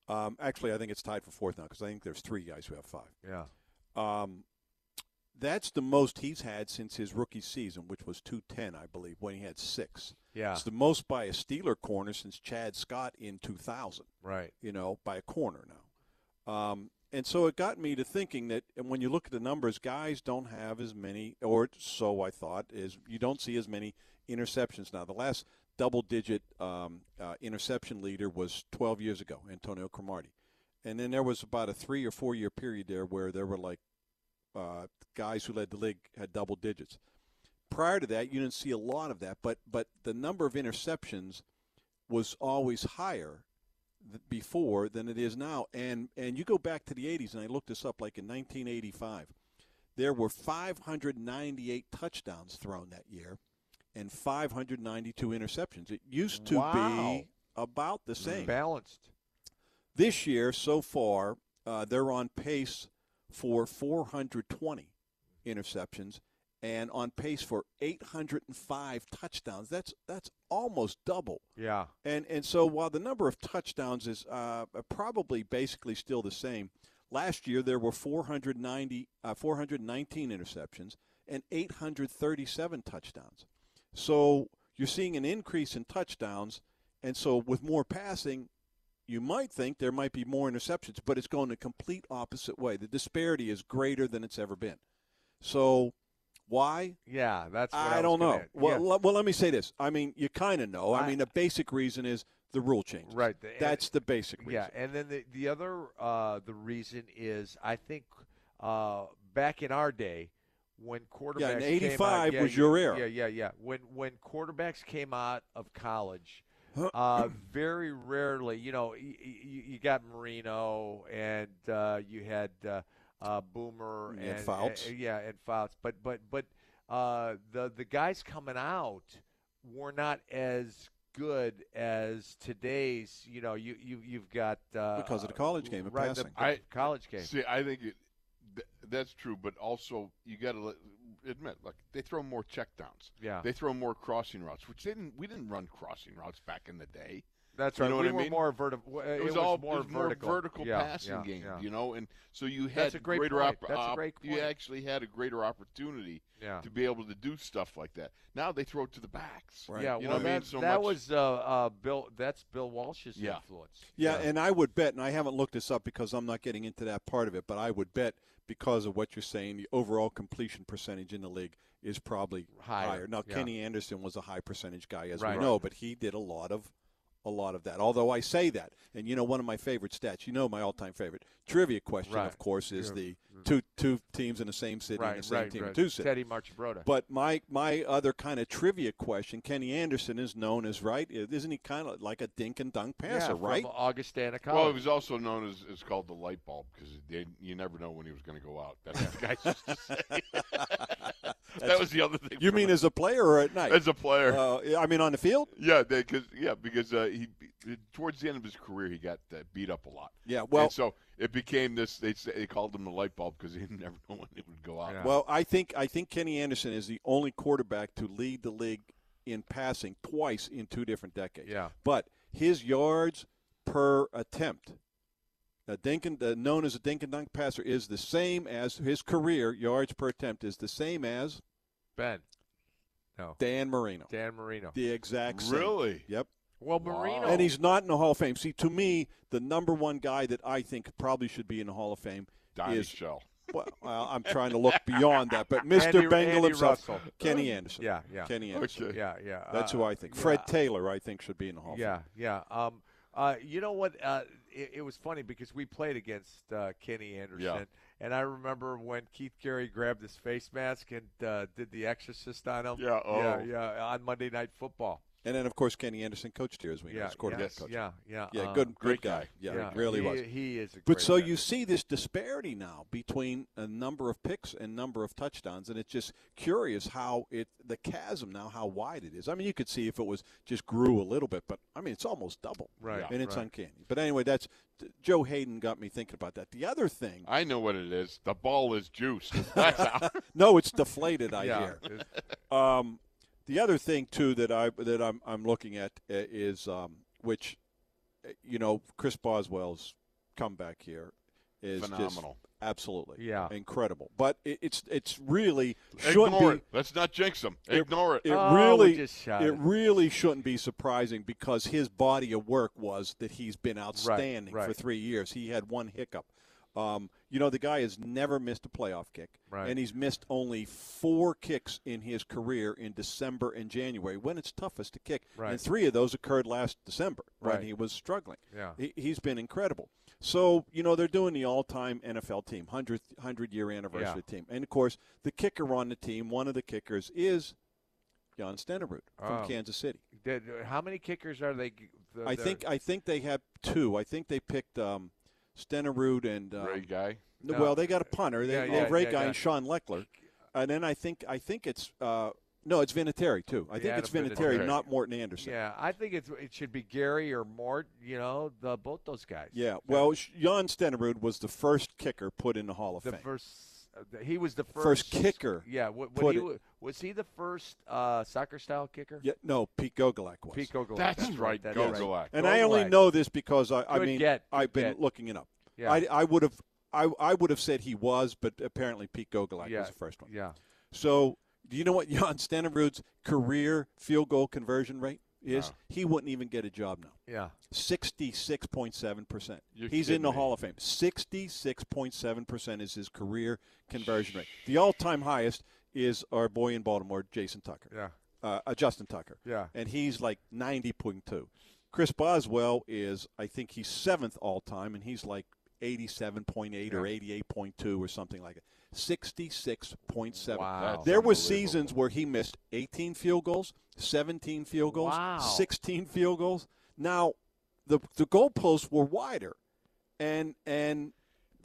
Um, actually, I think it's tied for fourth now because I think there's three guys who have five. yeah, Um, that's the most he's had since his rookie season, which was 210, I believe, when he had six. yeah. It's the most by a Steeler corner since Chad Scott in 2000 right. you know, by a corner now. Um, and so it got me to thinking that and when you look at the numbers, guys don't have as many, or so I thought, is you don't see as many interceptions now. The last double-digit um, uh, interception leader was 12 years ago, Antonio Cromartie, and then there was about a three or four-year period there where there were like uh, guys who led the league had double digits. prior to that, you didn't see a lot of that, but but the number of interceptions was always higher th- before than it is now. And and you go back to the 80s, and I looked this up. Like in 1985, there were 598 touchdowns thrown that year, and 592 interceptions. It used to Wow. be about the same. Balanced. This year, so far, uh, they're on pace for 420 interceptions and on pace for 805 touchdowns. That's that's almost double. Yeah. And and so while the number of touchdowns is uh, probably basically still the same, last year there were 490, uh, 419 interceptions and 837 touchdowns. So you're seeing an increase in touchdowns, and so with more passing, you might think there might be more interceptions, but it's going the complete opposite way. The disparity is greater than it's ever been. So why? Yeah, that's. What I, was don't gonna know. add. Well, Yeah. Oh, le- Uh, well, let me say this. I mean, you kind of know. I, I- mean, the basic reason is the rule change. Right, the- That's the basic reason. Yeah, and then the the other uh, the reason is I think uh, back in our day when quarterbacks Yeah, in came out- 85 yeah, was yeah, your era. Yeah, yeah, yeah. When when quarterbacks came out of college, uh, very rarely, you know, you, you, you got Marino and uh, you had uh, uh, Boomer And and Fouts. and- yeah, and Fouts. But but but uh, the the guys coming out were not as good as today's. You know, you you you've got uh, Because of the college game and right, passing. The, I- college game. See, I think it, th- that's true, but also you got to admit, like they throw more checkdowns. Yeah. they throw more crossing routes, which they didn't. We didn't run crossing routes back in the day. That's you right. know we what I were mean? more vertical. It was all more it was vertical, more vertical Yeah, passing yeah, game, yeah. you know, and so you had That's a great greater point. That's a great You point. actually had a greater opportunity Yeah. to be able to do stuff like that. Now they throw it to the backs. Right. Yeah, You know well, what I mean? that, So that much- was uh, uh, Bill. That's Bill Walsh's Yeah. influence. Yeah, and I would bet, and I haven't looked this up because I'm not getting into that part of it, but I would bet because of what you're saying, the overall completion percentage in the league is probably Higher, higher. Now, yeah. Kenny Anderson was a high percentage guy, as Right. we know, but he did a lot of a lot of that. Although I say that, and you know, one of my favorite stats, you know, my all-time favorite trivia question, Right. of course, is Yeah. the two two teams in the same city right, and the same right, team right. in two cities. Teddy Marchibroda. But my my other kind of trivia question: Kenny Anderson is known as right, isn't he? Kind of like a dink and dunk yeah, passer, from right? Augustana College. Well, it was also known as it's called the light bulb because you never know when he was going to go out. That's what the guys used to say. that was the other thing. You from mean it. as a player or at night? as a player? Uh, I mean on the field. yeah, because yeah, because uh, he towards the end of his career he got uh, beat up a lot. Yeah. Well, and so it became this. They say- they called him the light bulb because he never know when it would go out. Yeah. well, I think I think Kenny Anderson is the only quarterback to lead the league in passing twice in two different decades. Yeah. But his yards per attempt, a dink and, uh, known as a dink and dunk passer, is the same as his career yards per attempt is the same as Ben. No. Dan Marino. Dan Marino. The exact same. Really? Yep. Well, Marino. And he's not in the Hall of Fame. See, to me, the number one guy that I think probably should be in the Hall of Fame Donnie is Shell. Well, well, I'm trying to look beyond that, but Mr. Andy- Bengal Andy himself, Russell. Kenny Anderson. Yeah, yeah. Kenny Anderson. Okay. yeah, yeah. That's uh, who I think. yeah, Fred Taylor, I think, should be in the Hall. of Yeah, Fame. yeah. Um, uh, you know what? Uh, it, it was funny because we played against uh, Kenny Anderson, and I remember when Keith Carey grabbed his face mask and uh, did the exorcist on him. Yeah, yeah, oh. yeah. uh, On Monday Night Football. And then, of course, Kenny Anderson coached here as we know, yeah, as quarterback yes, coach. yeah, yeah. Yeah, uh, good, great good guy. guy. Yeah, he really he, was. He is a. But great so guy. you see this disparity now between a number of picks and number of touchdowns, and it's just curious how it the chasm now how wide it is. I mean, you could see if it was just grew a little bit, but I mean it's almost double, Right, And it's right. uncanny. But anyway, that's Joe Hayden got me thinking about that. The other thing, I know what it is. The ball is juiced. That's how. no, it's deflated. I yeah, hear. Um, the other thing too that I that I'm I'm looking at uh, is um, which, uh, you know, Chris Boswell's comeback here is just Phenomenal. absolutely, Yeah. incredible. But it, it's it's really shouldn't Ignore be. it. Let's not jinx him. Ignore it. It Oh, we really, just shot it it. really shouldn't be surprising because his body of work was that he's been outstanding for right. three years. He had one hiccup. Um, you know, the guy has never missed a playoff kick, Right. and he's missed only four kicks in his career in December and January when it's toughest to kick. Right. And three of those occurred last December Right. when he was struggling. Yeah. He, he's been incredible. So, you know, they're doing the all time NFL team, 100th, 100 year anniversary Yeah. team. And of course, the kicker on the team, one of the kickers is John Stenerud from Oh. Kansas City. Did, how many kickers are they? g- The, I they're- think I think they have two. I think they picked um, Stenerud and um, Ray Guy. No, No. Well, they got a punter. They, Yeah, they have yeah, Ray yeah, Guy yeah. and Sean Leckler, and then I think I think it's uh, no, it's Vinatieri too. I think Yeah, it's the Vinatieri, Vinatieri. not Morton Anderson. Yeah, I think it's it should be Gary or Mort. You know, the both those guys. Yeah, well, Sh- Jan Stenerud was the first kicker put in the Hall of the Fame. first. uh, He was the first, First kicker Yeah, what, put what he, it- wa- was he the first uh, soccer style kicker? Yeah, no, Pete Gogolak was. Pete Gogolak. That's right, that Gogolak. is and I only Gogolak. know this because I, I Good mean get, good I've been get. looking it up. Yeah. I, I would have I, I would have said he was, but apparently Pete Gogolak Yeah. was the first one. Yeah. So do you know what Jan Stenerud's career field goal conversion rate is? He wouldn't even get a job now. Yeah. 66.7%. You're He's in kidding the me. Hall of Fame. 66.7% is his career conversion rate. The all time highest is our boy in Baltimore, Jason Tucker, Yeah. uh, uh, Justin Tucker. Yeah. And he's like 90.2. Chris Boswell is, I think he's seventh all time, and he's like 87.8 or 88.2 or something like that. 66.7. Wow. There were seasons where he missed 18 field goals, 17 field goals, Wow. 16 field goals. Now, the the goalposts were wider, and and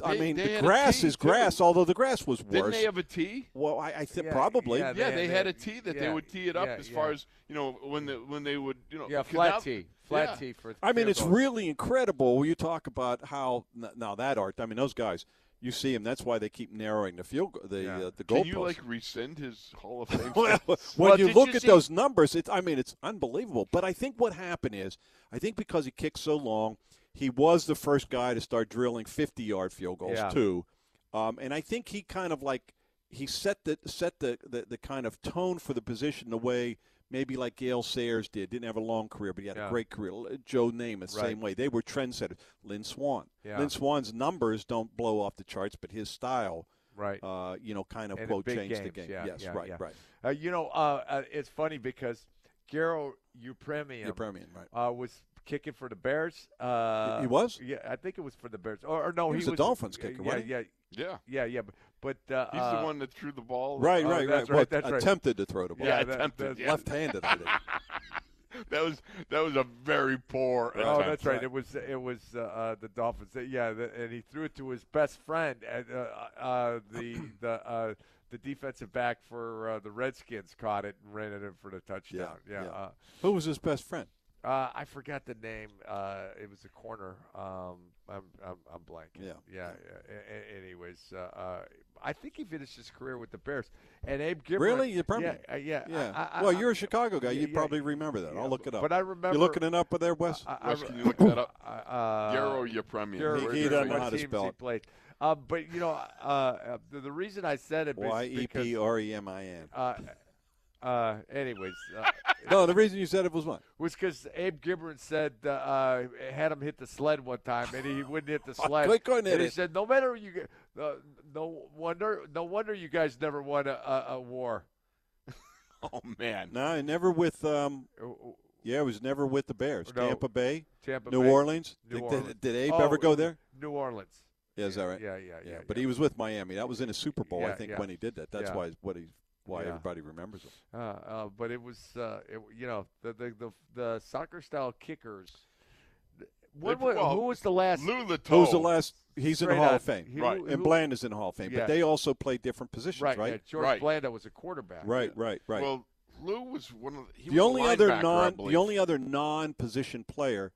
I They- mean they the had a grass tee, is too. grass, although the grass was Didn't worse. they have a tee? well, I, I think Yeah, probably. yeah, Yeah, they- they they- had a tee that they yeah, would tee it up yeah, as far yeah. as you know when the when they would you know Yeah, 'cause flat now- tee, flat yeah. tee for. I mean, field it's goal. really incredible when you talk about how n- now that art. I mean, those guys. You see them. That's why they keep narrowing the field, go- the Yeah. uh, the Can goalposts. you like rescind his Hall of Fame? well, when status? you did look at see- those numbers, it's I mean it's unbelievable. But I think what happened is I think because he kicked so long, he was the first guy to start drilling fifty yard field goals Yeah. too, um, and I think he kind of like he set the set the, the the kind of tone for the position the way. Maybe like Gail Sayers did, didn't have a long career, but he had a Yeah. great career. L- Joe Namath, Right. same way. They were trendsetters. Lynn Swan, Yeah. Lynn Swan's numbers don't blow off the charts, but his style, right. uh, you know, kind of And in quote big changed the games, game. yeah, yes, yeah, right, yeah. right. Uh, you know, uh, uh, it's funny because Garo Upremium, Your Permian, right? uh, was kicking for the Bears. Uh, he was? Yeah, I think it was for the Bears. Or, or no, He he, was a Dolphins Yeah, kicker, wasn't he? yeah, Yeah, yeah, yeah. But, but uh, he's uh, the one that threw the ball. Right, Oh, right, right. that's Well, right, that's right. attempted to throw the ball. Yeah, that- attempted. that- yeah. Left-handed. I think. That was that was a very poor. Oh, attempt. that's right. It was it was uh, uh, the Dolphins. Uh, Yeah, the, and he threw it to his best friend, and uh, uh, the the uh, the defensive back for uh, the Redskins caught it and ran it in for the touchdown. Yeah, yeah. Uh, Who was his best friend? Uh, I forgot the name. Uh, it was a corner. Um, I'm, I'm, I'm blanking. Yeah. Yeah. yeah. A- a- anyways, uh, uh, I think he finished his career with the Bears. And Abe Gibran. Really? You're Yeah. permanent. uh, yeah. Yeah. I- I- well, I- you're a Chicago guy. yeah, You'd yeah, probably remember that. yeah, I'll look it up. But I remember. You're looking it up there, Wes. I, I, Wes, re- can you look that up? I- uh, Garo Yapremian. Gero- He- Where he did Gero, doesn't I- know how what to teams spell he it. played. Uh, but you know, uh, uh, the, the reason I said it was Y e because, p r e m i n. uh, uh, anyways, uh, No, the reason you said it was what? was because Abe Gibran said uh, uh, had him hit the sled one time, and he wouldn't hit the sled. He couldn't hit and he it. said, "No matter you, g- uh, no wonder, no wonder you guys never won a, a, a war." Oh man. No, never with. Um, Uh, uh, yeah, it was never with the Bears. No. Tampa Bay, Tampa, New Bay, Orleans. New Did- Orleans. Did, did Abe Oh, ever go it- there? New Orleans. Yeah, is that right? Yeah, yeah, yeah. Yeah, but he was with Miami. That was in a Super Bowl, I Yeah, think, yeah. when he did that. That's Yeah. why what he why Yeah. everybody remembers him. Uh, uh, but it was, uh, it, you know, the the the, the soccer style kickers. What, They- was well, who was the last? Lou Latour. Who's the last? He's in the straight Hall out- of Fame. who- Right. And who- Bland is in the Hall of Fame, Yeah. but they also play different positions, right? right? yeah, George Right. Blanda was a quarterback. Right, right, right. Well, Lou was one of the, he the was a only other linebacker, I non the believe. only other non position player,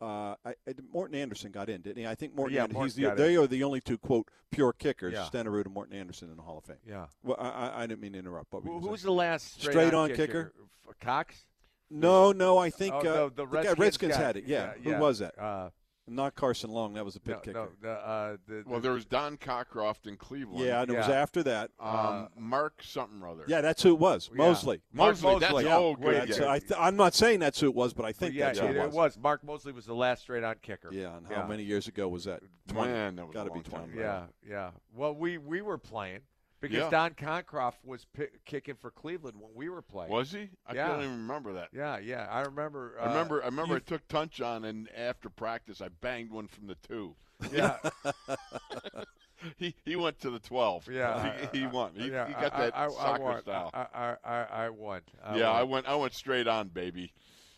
uh, I, I- Morton Anderson got in, didn't he? I think Morton. Yeah, Ander- Morton he's the, got in. they are the only two quote pure kickers, Yeah. Stenerud and Morton Anderson in the Hall of Fame. Yeah. Well, I, I, I didn't mean to interrupt. But Who, who's the last straight, Straight on, on kicker? F- Cox. no, no, I think Oh, uh, no, the guy- Redskins Redskins guy. had it. Yeah, Yeah, who yeah. was that? Uh, Not Carson Long. That was a pit no, kicker. no, the, uh, the, Well, there was Don Cockcroft in Cleveland. yeah, and it was yeah. after that. Um, Mark something or other. Yeah, that's who it was. yeah. Mosley. Mosley. Mark That's Mosley. Yeah, oh good. Wait, That's- yeah. I th- I'm not saying that's who it was, but I think yeah, that's who it, it was. was. Mark Mosley was the last straight on kicker. Yeah, and how Yeah. many years ago was that? Man, that was Gotta a be long time 20. ago. yeah, yeah. Well, we we were playing because Yeah. Don Concroft was pi kicking for Cleveland when we were playing. Was he? I Yeah. don't even remember that. Yeah, yeah. I remember. Uh, I remember. I remember. I you've- took Tunch on, and after practice, I banged one from the two. Yeah, he he went to the twelve. Yeah. he, he won. He, Yeah, he got I- that I, I, soccer I won. style. I, I, I, I won. I yeah, I won. went I went straight on, baby.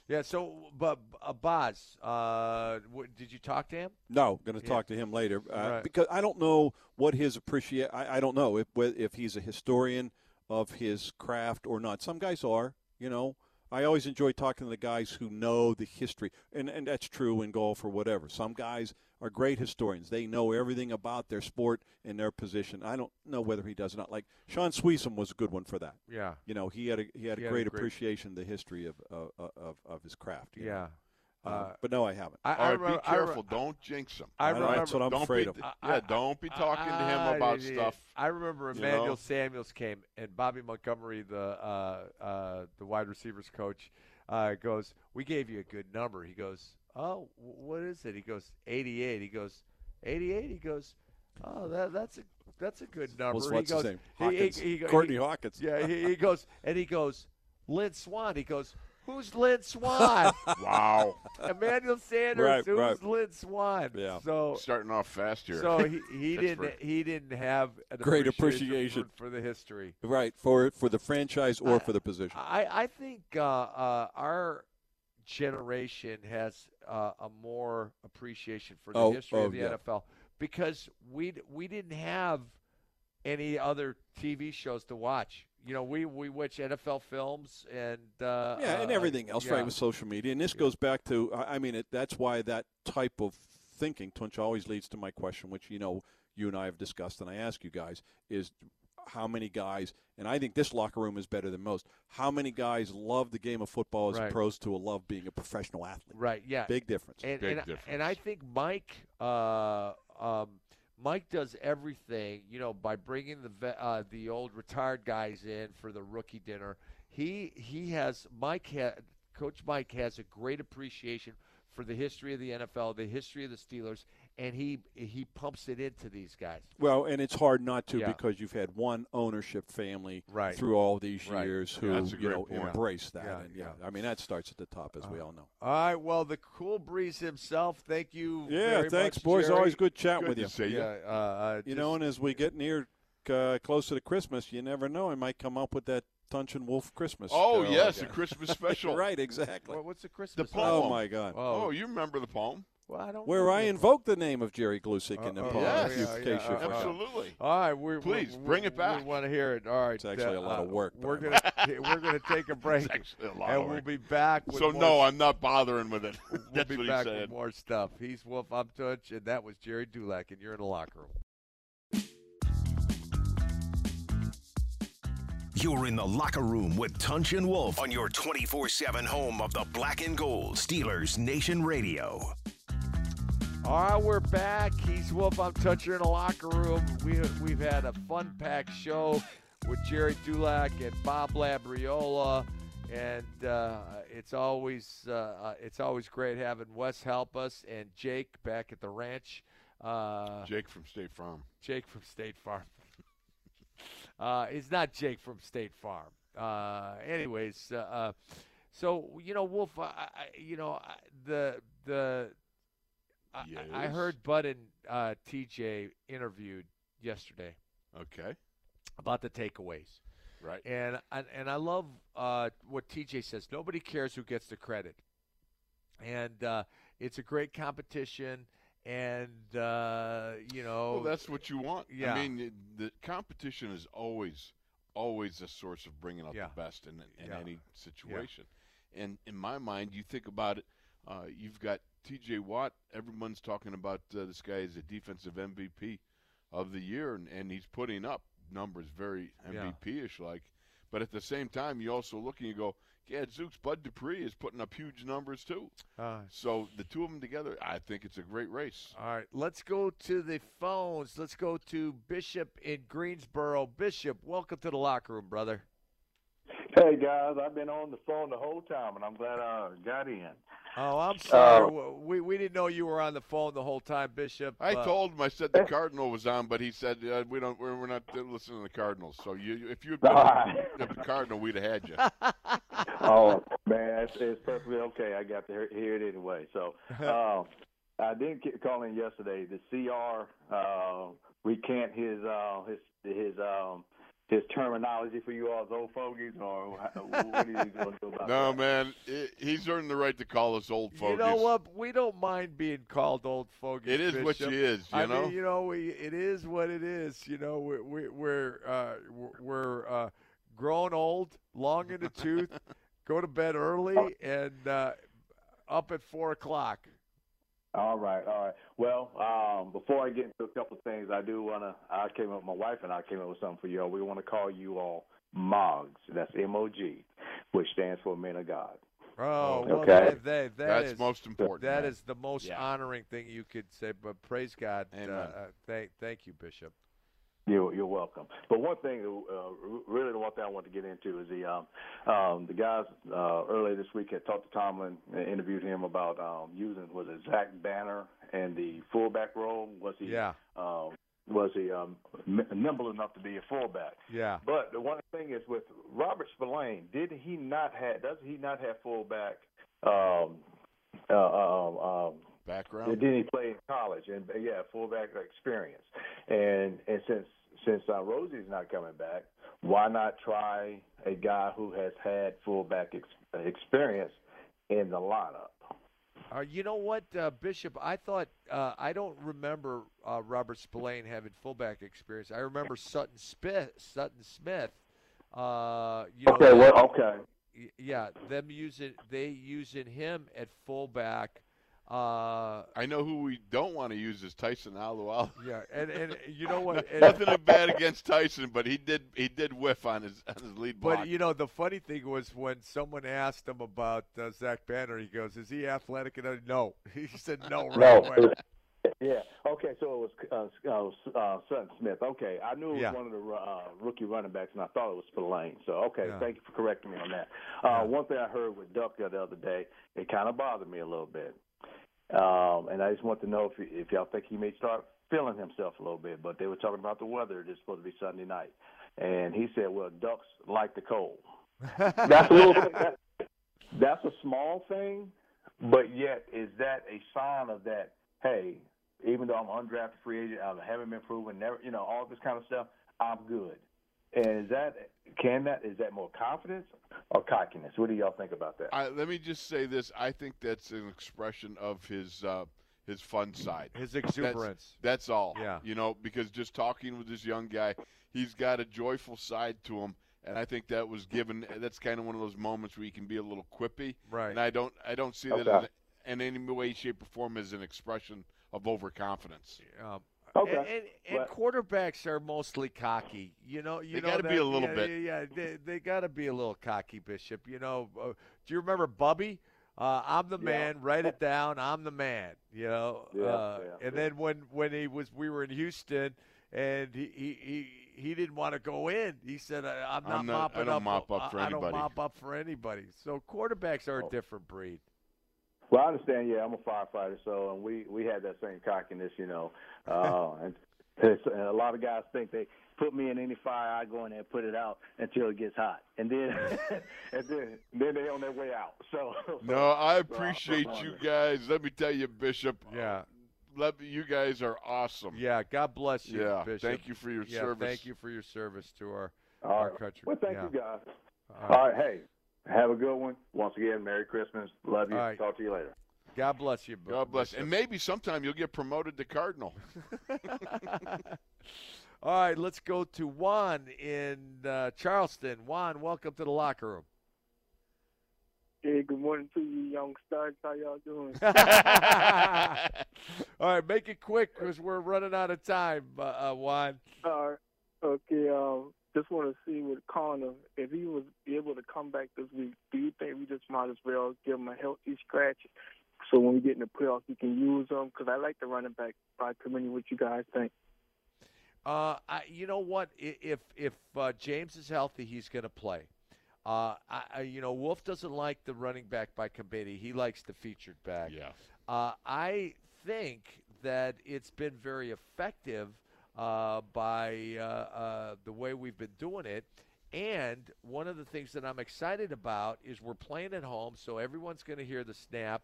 Yeah. So, but uh, Boz, uh, what, did you talk to him? No, going to Yeah. talk to him later uh, Right. because I don't know what his appreciate. I, I don't know if whe- if he's a historian of his craft or not. Some guys are, you know. I always enjoy talking to the guys who know the history, and and that's true in golf or whatever. Some guys are great historians; they know everything about their sport and their position. I don't know whether he does or not. Like Sean Sweesum was a good one for that. Yeah. You know, he had a he had He a had a great great- appreciation of the history of of, of, of his craft. you know. Yeah. Uh, Uh, but no, I haven't. I, All I right, remember- be I re- careful. don't jinx him. I I don't- remember. that's what I'm don't afraid be, of. Yeah, I- I- don't be talking to him I- about I- stuff. I remember you know? Emmanuel Samuels came and Bobby Montgomery, the uh, uh, the wide receivers coach, uh, goes, "We gave you a good number." He goes, "Oh, wh- what is it?" He goes, "88." He goes, "88." He goes, "Oh, that, that's a that's a good number." was he what's goes, his name? he- he- Hawkins. he go- Courtney he- Hawkins. Yeah, he, he goes and he goes, Lynn Swan. He goes, Who's Lynn Swan? wow, Emmanuel Sanders, Right, who's right. Lynn Swan? Yeah. So starting off fast here. Oh. so he, he That's didn't right. he didn't have an Great appreciation. for, for the history. Right for for the franchise or I- for the position. I I think uh, uh, our generation has uh, a more appreciation for the Oh, history oh, of the yeah. NFL because we d- we didn't have any other TV shows to watch. You know, we we watch NFL films and uh, yeah, and uh, everything else, yeah. right, with social media. And this goes back to, I I mean, it, that's why that type of thinking, Tunch, always leads to my question, which, you know, you and I have discussed, and I ask you guys, is how many guys, and I think this locker room is better than most, how many guys love the game of football as Right. opposed to a love being a professional athlete? Right. Yeah. Big difference. and, Big and, and I difference. think Mike, uh, um, Mike does everything. You know, by bringing the ve- uh, the old retired guys in for the rookie dinner. He he has Mike ha- Coach Mike has a great appreciation for the history of the NFL, the history of the Steelers, and he he pumps it into these guys. Well, and it's hard not to Yeah. because you've had one ownership family Right. through all these Right. years who, Yeah, that's a you great know, point. embrace that. Yeah, and, yeah. yeah. Uh, I mean, that starts at the top, as we all know. All right. Well, the cool breeze himself. Thank you. Yeah, thanks, boys. Always good chatting Good with to you. see you. Yeah, uh, uh, You just- know, and as we get near uh, closer to Christmas, you never know. I might come up with that Tunch and Wolf Christmas. Oh uh, yes, idea. the Christmas special. right, exactly. what- what's the Christmas? poem. Oh my God. Oh, you remember the poem? well, I don't Where know I the- invoke the name of Jerry Glusick in the Uh, poem, oh, yes. if you- yeah, in yeah, case you uh, forgot. Absolutely. All right, we we- Please, we- bring it We back. want to hear it. All right, uh, It's actually a lot of work, We're but gonna we're gonna take a break, It's actually a lot and of we'll work. be back. With So more, no, I'm not bothering with it. we'll That's be what he back said. with more stuff. He's Wolf Uptouch, and that was Jerry Dulac, and you're in the locker room. You're in the locker room with Tunch and Wolf on your 24 7 home of the black and gold Steelers Nation Radio. All right, Ah, we're back. He's Wolf. I'm Toucher in the locker room. We, we've had a fun packed show with Jerry Dulac and Bob Labriola, and uh, it's always uh, uh, it's always great having Wes help us and Jake back at the ranch. Uh, Jake from State Farm. Jake from State Farm. uh, it's not Jake from State Farm. Uh, anyways, uh, uh, so you know, Wolf. I, I, you know, I, the the I, I I Yes. heard Bud and uh, TJ interviewed yesterday Okay. about the takeaways. Right. And and, and I love uh, what TJ says. Nobody cares who gets the credit, and uh, it's a great competition. And uh, you know, Well, that's what you want. yeah. I mean, the- the competition is always, always a source of bringing out Yeah. the best in, in Yeah. any situation. And in my mind, you think about it, uh, you've got T.J. Watt. Everyone's talking about uh, this guy as a defensive MVP of the year, and, and he's putting up numbers very Yeah. MVP-ish like. But at the same time, you also look and you go, yeah, Zooks, Bud Dupree is putting up huge numbers too. uh, So the two of them together, I think it's a great race. All right, let's go to the phones. Let's go to Bishop in Greensboro. Bishop, welcome to the locker room, brother. Hey guys, I've been on the phone the whole time, and I'm glad I got in. Oh, I'm sorry. W- we, we didn't know you were on the phone the whole time, Bishop. I Uh, told him. I said the Cardinal was on, but he said uh, we don't. We're, we're not listening to the Cardinals. So you, if you had been All right. the Cardinal, we'd have had you. oh man, it's, it's perfectly okay. I got to hear, hear it anyway. So um, I did ca- call in yesterday. The CR uh, recant his uh, his his um, his terminology for you all, as old fogies, or what are you going to do about No, man, i- he's earned the right to call us old folks. You know what? We don't mind being called old fogies. It is what Bishop. she is, you I know? Mean, you know, we, it is what it is. You know, we're we're we're, uh, we're- we're uh, grown old, long in the tooth, go to bed early, and uh, up at four o'clock. All right, all right. Well, um, before I get into a couple of things, I do want to. I came up, my wife and I came up with something for you all. We want to call you all MOGs. That's M O G, which stands for Men of God. Oh, well, Okay. that, that, that That's is- most important. That Yeah. is the most honoring thing you could say. But praise God. Uh, uh, thank, thank you, Bishop. You're, you're welcome. But one thing, uh, r- really, the one thing I want to get into is the um, um, the guys uh, earlier this week had talked to Tomlin and interviewed him about um, using was it Zach Banner and the fullback role? Was he Yeah. um, was he um, m- nimble enough to be a fullback? Yeah. But the one thing is with Robert Spillane, did he not have? Does he not have fullback? Um, uh, um, um, Background. Did he play in college? And uh, yeah, fullback experience. And and since since uh, Rosie's not coming back, why not try a guy who has had fullback ex- uh, experience in the lineup? Uh, you know what, uh, Bishop? I thought uh, I don't remember uh, Robert Spillane having fullback experience. I remember Sutton Smith. Sutton Smith. Uh, you know, Okay, well, okay. y- Yeah, them using they using him at fullback. Uh, I know who we don't want to use is Tyson Alualu. Yeah, and and you know what? and- Nothing bad against Tyson, but he did he did whiff on his on his lead block. But you know, the funny thing was when someone asked him about uh, Zach Banner, he goes, "Is he athletic?" And I, no, he said no right away. Yeah. Okay. So it was uh, uh, uh, Sutton Smith. Okay, I knew it was Yeah. one of the uh, rookie running backs, and I thought it was Spillane. So okay, Yeah. thank you for correcting me on that. Uh, One thing I heard with Dufka the other day, it kind of bothered me a little bit, um, and I just want to know if y- if y'all think he may start feeling himself a little bit. But they were talking about the weather. It's supposed to be Sunday night, and he said, "Well, ducks like the cold." that's a little. That's, that's a small thing, but yet is that a sign of that? Hey, even though I'm undrafted free agent, I haven't been proven, never, you know, all this kind of stuff. I'm good. And is that can that is that more confidence or cockiness? What do y'all think about that? I, let me just say this: I think that's an expression of his uh, his fun side, His That's- exuberance. That's, all. Yeah. you know, because just talking with this young guy, he's got a joyful side to him, and I think that was given. That's kind of one of those moments where you can be a little quippy, Right. And I don't I don't see that Okay. in, in any way, shape, or form as an expression of overconfidence. Um, Okay. And, and, and quarterbacks are mostly cocky. You know, you They know gotta be that- a little yeah, bit. Yeah, yeah, they, they got to be a little cocky, Bishop. You know, uh, do you remember Bubby? Uh, I'm the Yeah. man. Write it down. I'm the man. You know, Yeah, uh, yeah, and then when when he was, we were in Houston, and he he. he he didn't want to go in. He said, I- "I'm not, I'm not- I mopping don't up. mop up for I, I don't anybody." mop up for anybody." So quarterbacks are Oh. a different breed. Well, I understand. Yeah, I'm a firefighter, so and we we had that same cockiness, you know. Uh, and, it's- and a lot of guys think they put me in any fire, I go in there and put it out until it gets hot, and then and then then they on their way out. So No, I So, appreciate you guys. Let me tell you, Bishop. Yeah. Let me, you guys are awesome. Yeah, God bless you, Yeah, Bishop. thank you for your Yeah, service. Thank you for your service to our, All our right. country. Well, thank Yeah. you guys. All right. All right, hey, have a good one. Once again, Merry Christmas. Love you. All right. Talk to you later. God bless you. Bo- God bless. Bishop. And maybe sometime you'll get promoted to cardinal. All right, let's go to Juan in uh, Charleston. Juan, welcome to the locker room. Hey, good morning to you, young studs. How y'all doing? All right, make it quick because we're running out of time, uh, uh, Juan. All right. Okay. Um, just want to see with Connor if he was able to come back this week. Do you think we just might as well give him a healthy scratch so when we get in the playoffs we can use him? Because I like the running back by committee. What you guys think? Uh, I, you know what? I- If if uh, James is healthy, he's going to play. Uh, I, I, you know, Wolf doesn't like the running back by committee. He likes the featured back. Yeah. Uh, I think that it's been very effective uh, by uh, uh, the way we've been doing it. And one of the things that I'm excited about is we're playing at home, so everyone's going to hear the snap.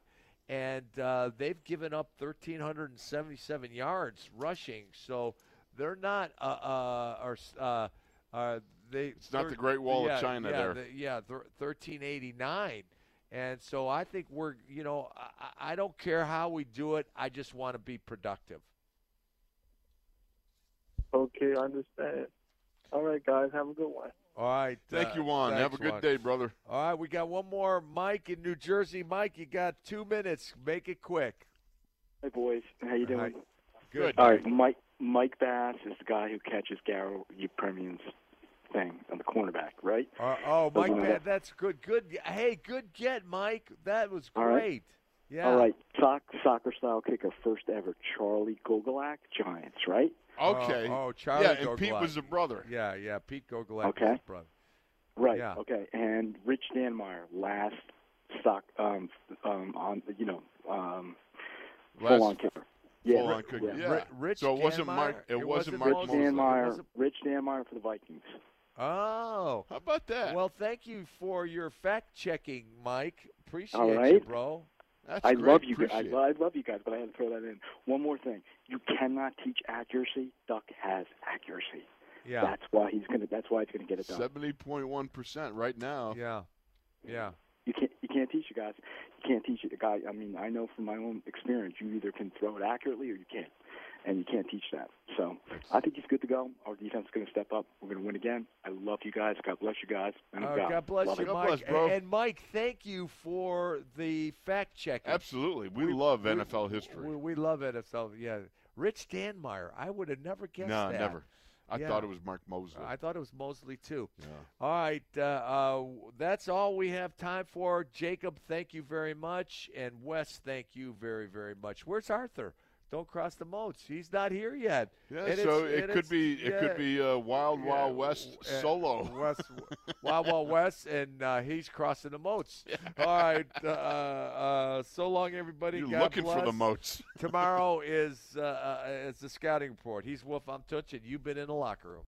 And uh, they've given up 1,377 yards rushing. So they're not uh, uh, or uh, uh, they. It's not the Great Wall of yeah, China yeah, there. the- uh, yeah, thir- 1389. And so I think we're, you know, I- I, I don't care how we do it. I just want to be productive. Okay, I understand. All right, guys, have a good one. All right. uh, Thank you, Juan. Have thanks, a good Juan. day, brother. All right, we got one more. Mike in New Jersey. Mike, you got two minutes. Make it quick. Hey boys, how you doing? Good. All right, Mike. Mike Bass is the guy who catches Garrow Permian's thing on the cornerback, right? Uh, oh, Mike, Doesn't man, matter. that's good. Good. Hey, good get, Mike. That was All right. great. Yeah. All right, soc- soccer style kicker, first ever, Charlie Gogolak, Giants, right? Okay. Oh, Charlie Yeah, and Pete Gogolak. was a brother. Yeah, yeah. Pete Gogolak Okay. was his brother. Right. Yeah. Okay. And Rich Danmeyer, last stock um, um, on you know um, Last full on kicker. Yeah. full-on Ri- kicker. yeah. Yeah. Ri- Rich So it wasn't Danmeyer? Mike- it It wasn't wasn't Mike Rich Mosley. It Danmeyer. wasn't- Rich Danmeyer for the Vikings. Oh. How about that? Well, thank you for your fact checking, Mike. Appreciate you, right. bro. I love you. guys. I, lo- I love you guys, but I had to throw that in. One more thing: you cannot teach accuracy. Duck has accuracy. Yeah. That's why he's gonna. That's why he's gonna get it done. Seventy point one percent right now. Yeah. Yeah. You can't. You can't teach you guys. You can't teach it. The guy. I mean, I know from my own experience. You either can throw it accurately or you can't, and you can't teach that. So I think he's good to go. Our defense is gonna step up. We're gonna win again. I love you guys. God bless you guys. And Uh, God, God bless Love you, it. Mike. and, and Mike, thank you for the fact checking. Absolutely. We, love NFL history. We, we love NFL. Yeah, Rich Danmeyer. I would have never guessed no, that. never. I Yeah. thought it was Mark Mosley. I thought it was Mosley too. Yeah. All right, uh, uh, that's all we have time for. Jacob, thank you very much, and Wes, thank you very very much. Where's Arthur? Don't cross the moats. He's not here yet. Yeah, And so it's- it and could it's- be it yeah. could be uh, Wild Yeah, Wild West w- uh, solo. West, Wild Wild West, and uh, he's crossing the moats. All right. Uh, uh, so long, everybody. You're God looking for the bless. moats. Tomorrow is uh, uh, is the scouting report. He's Wolf. I'm Touching. You've been in the locker room.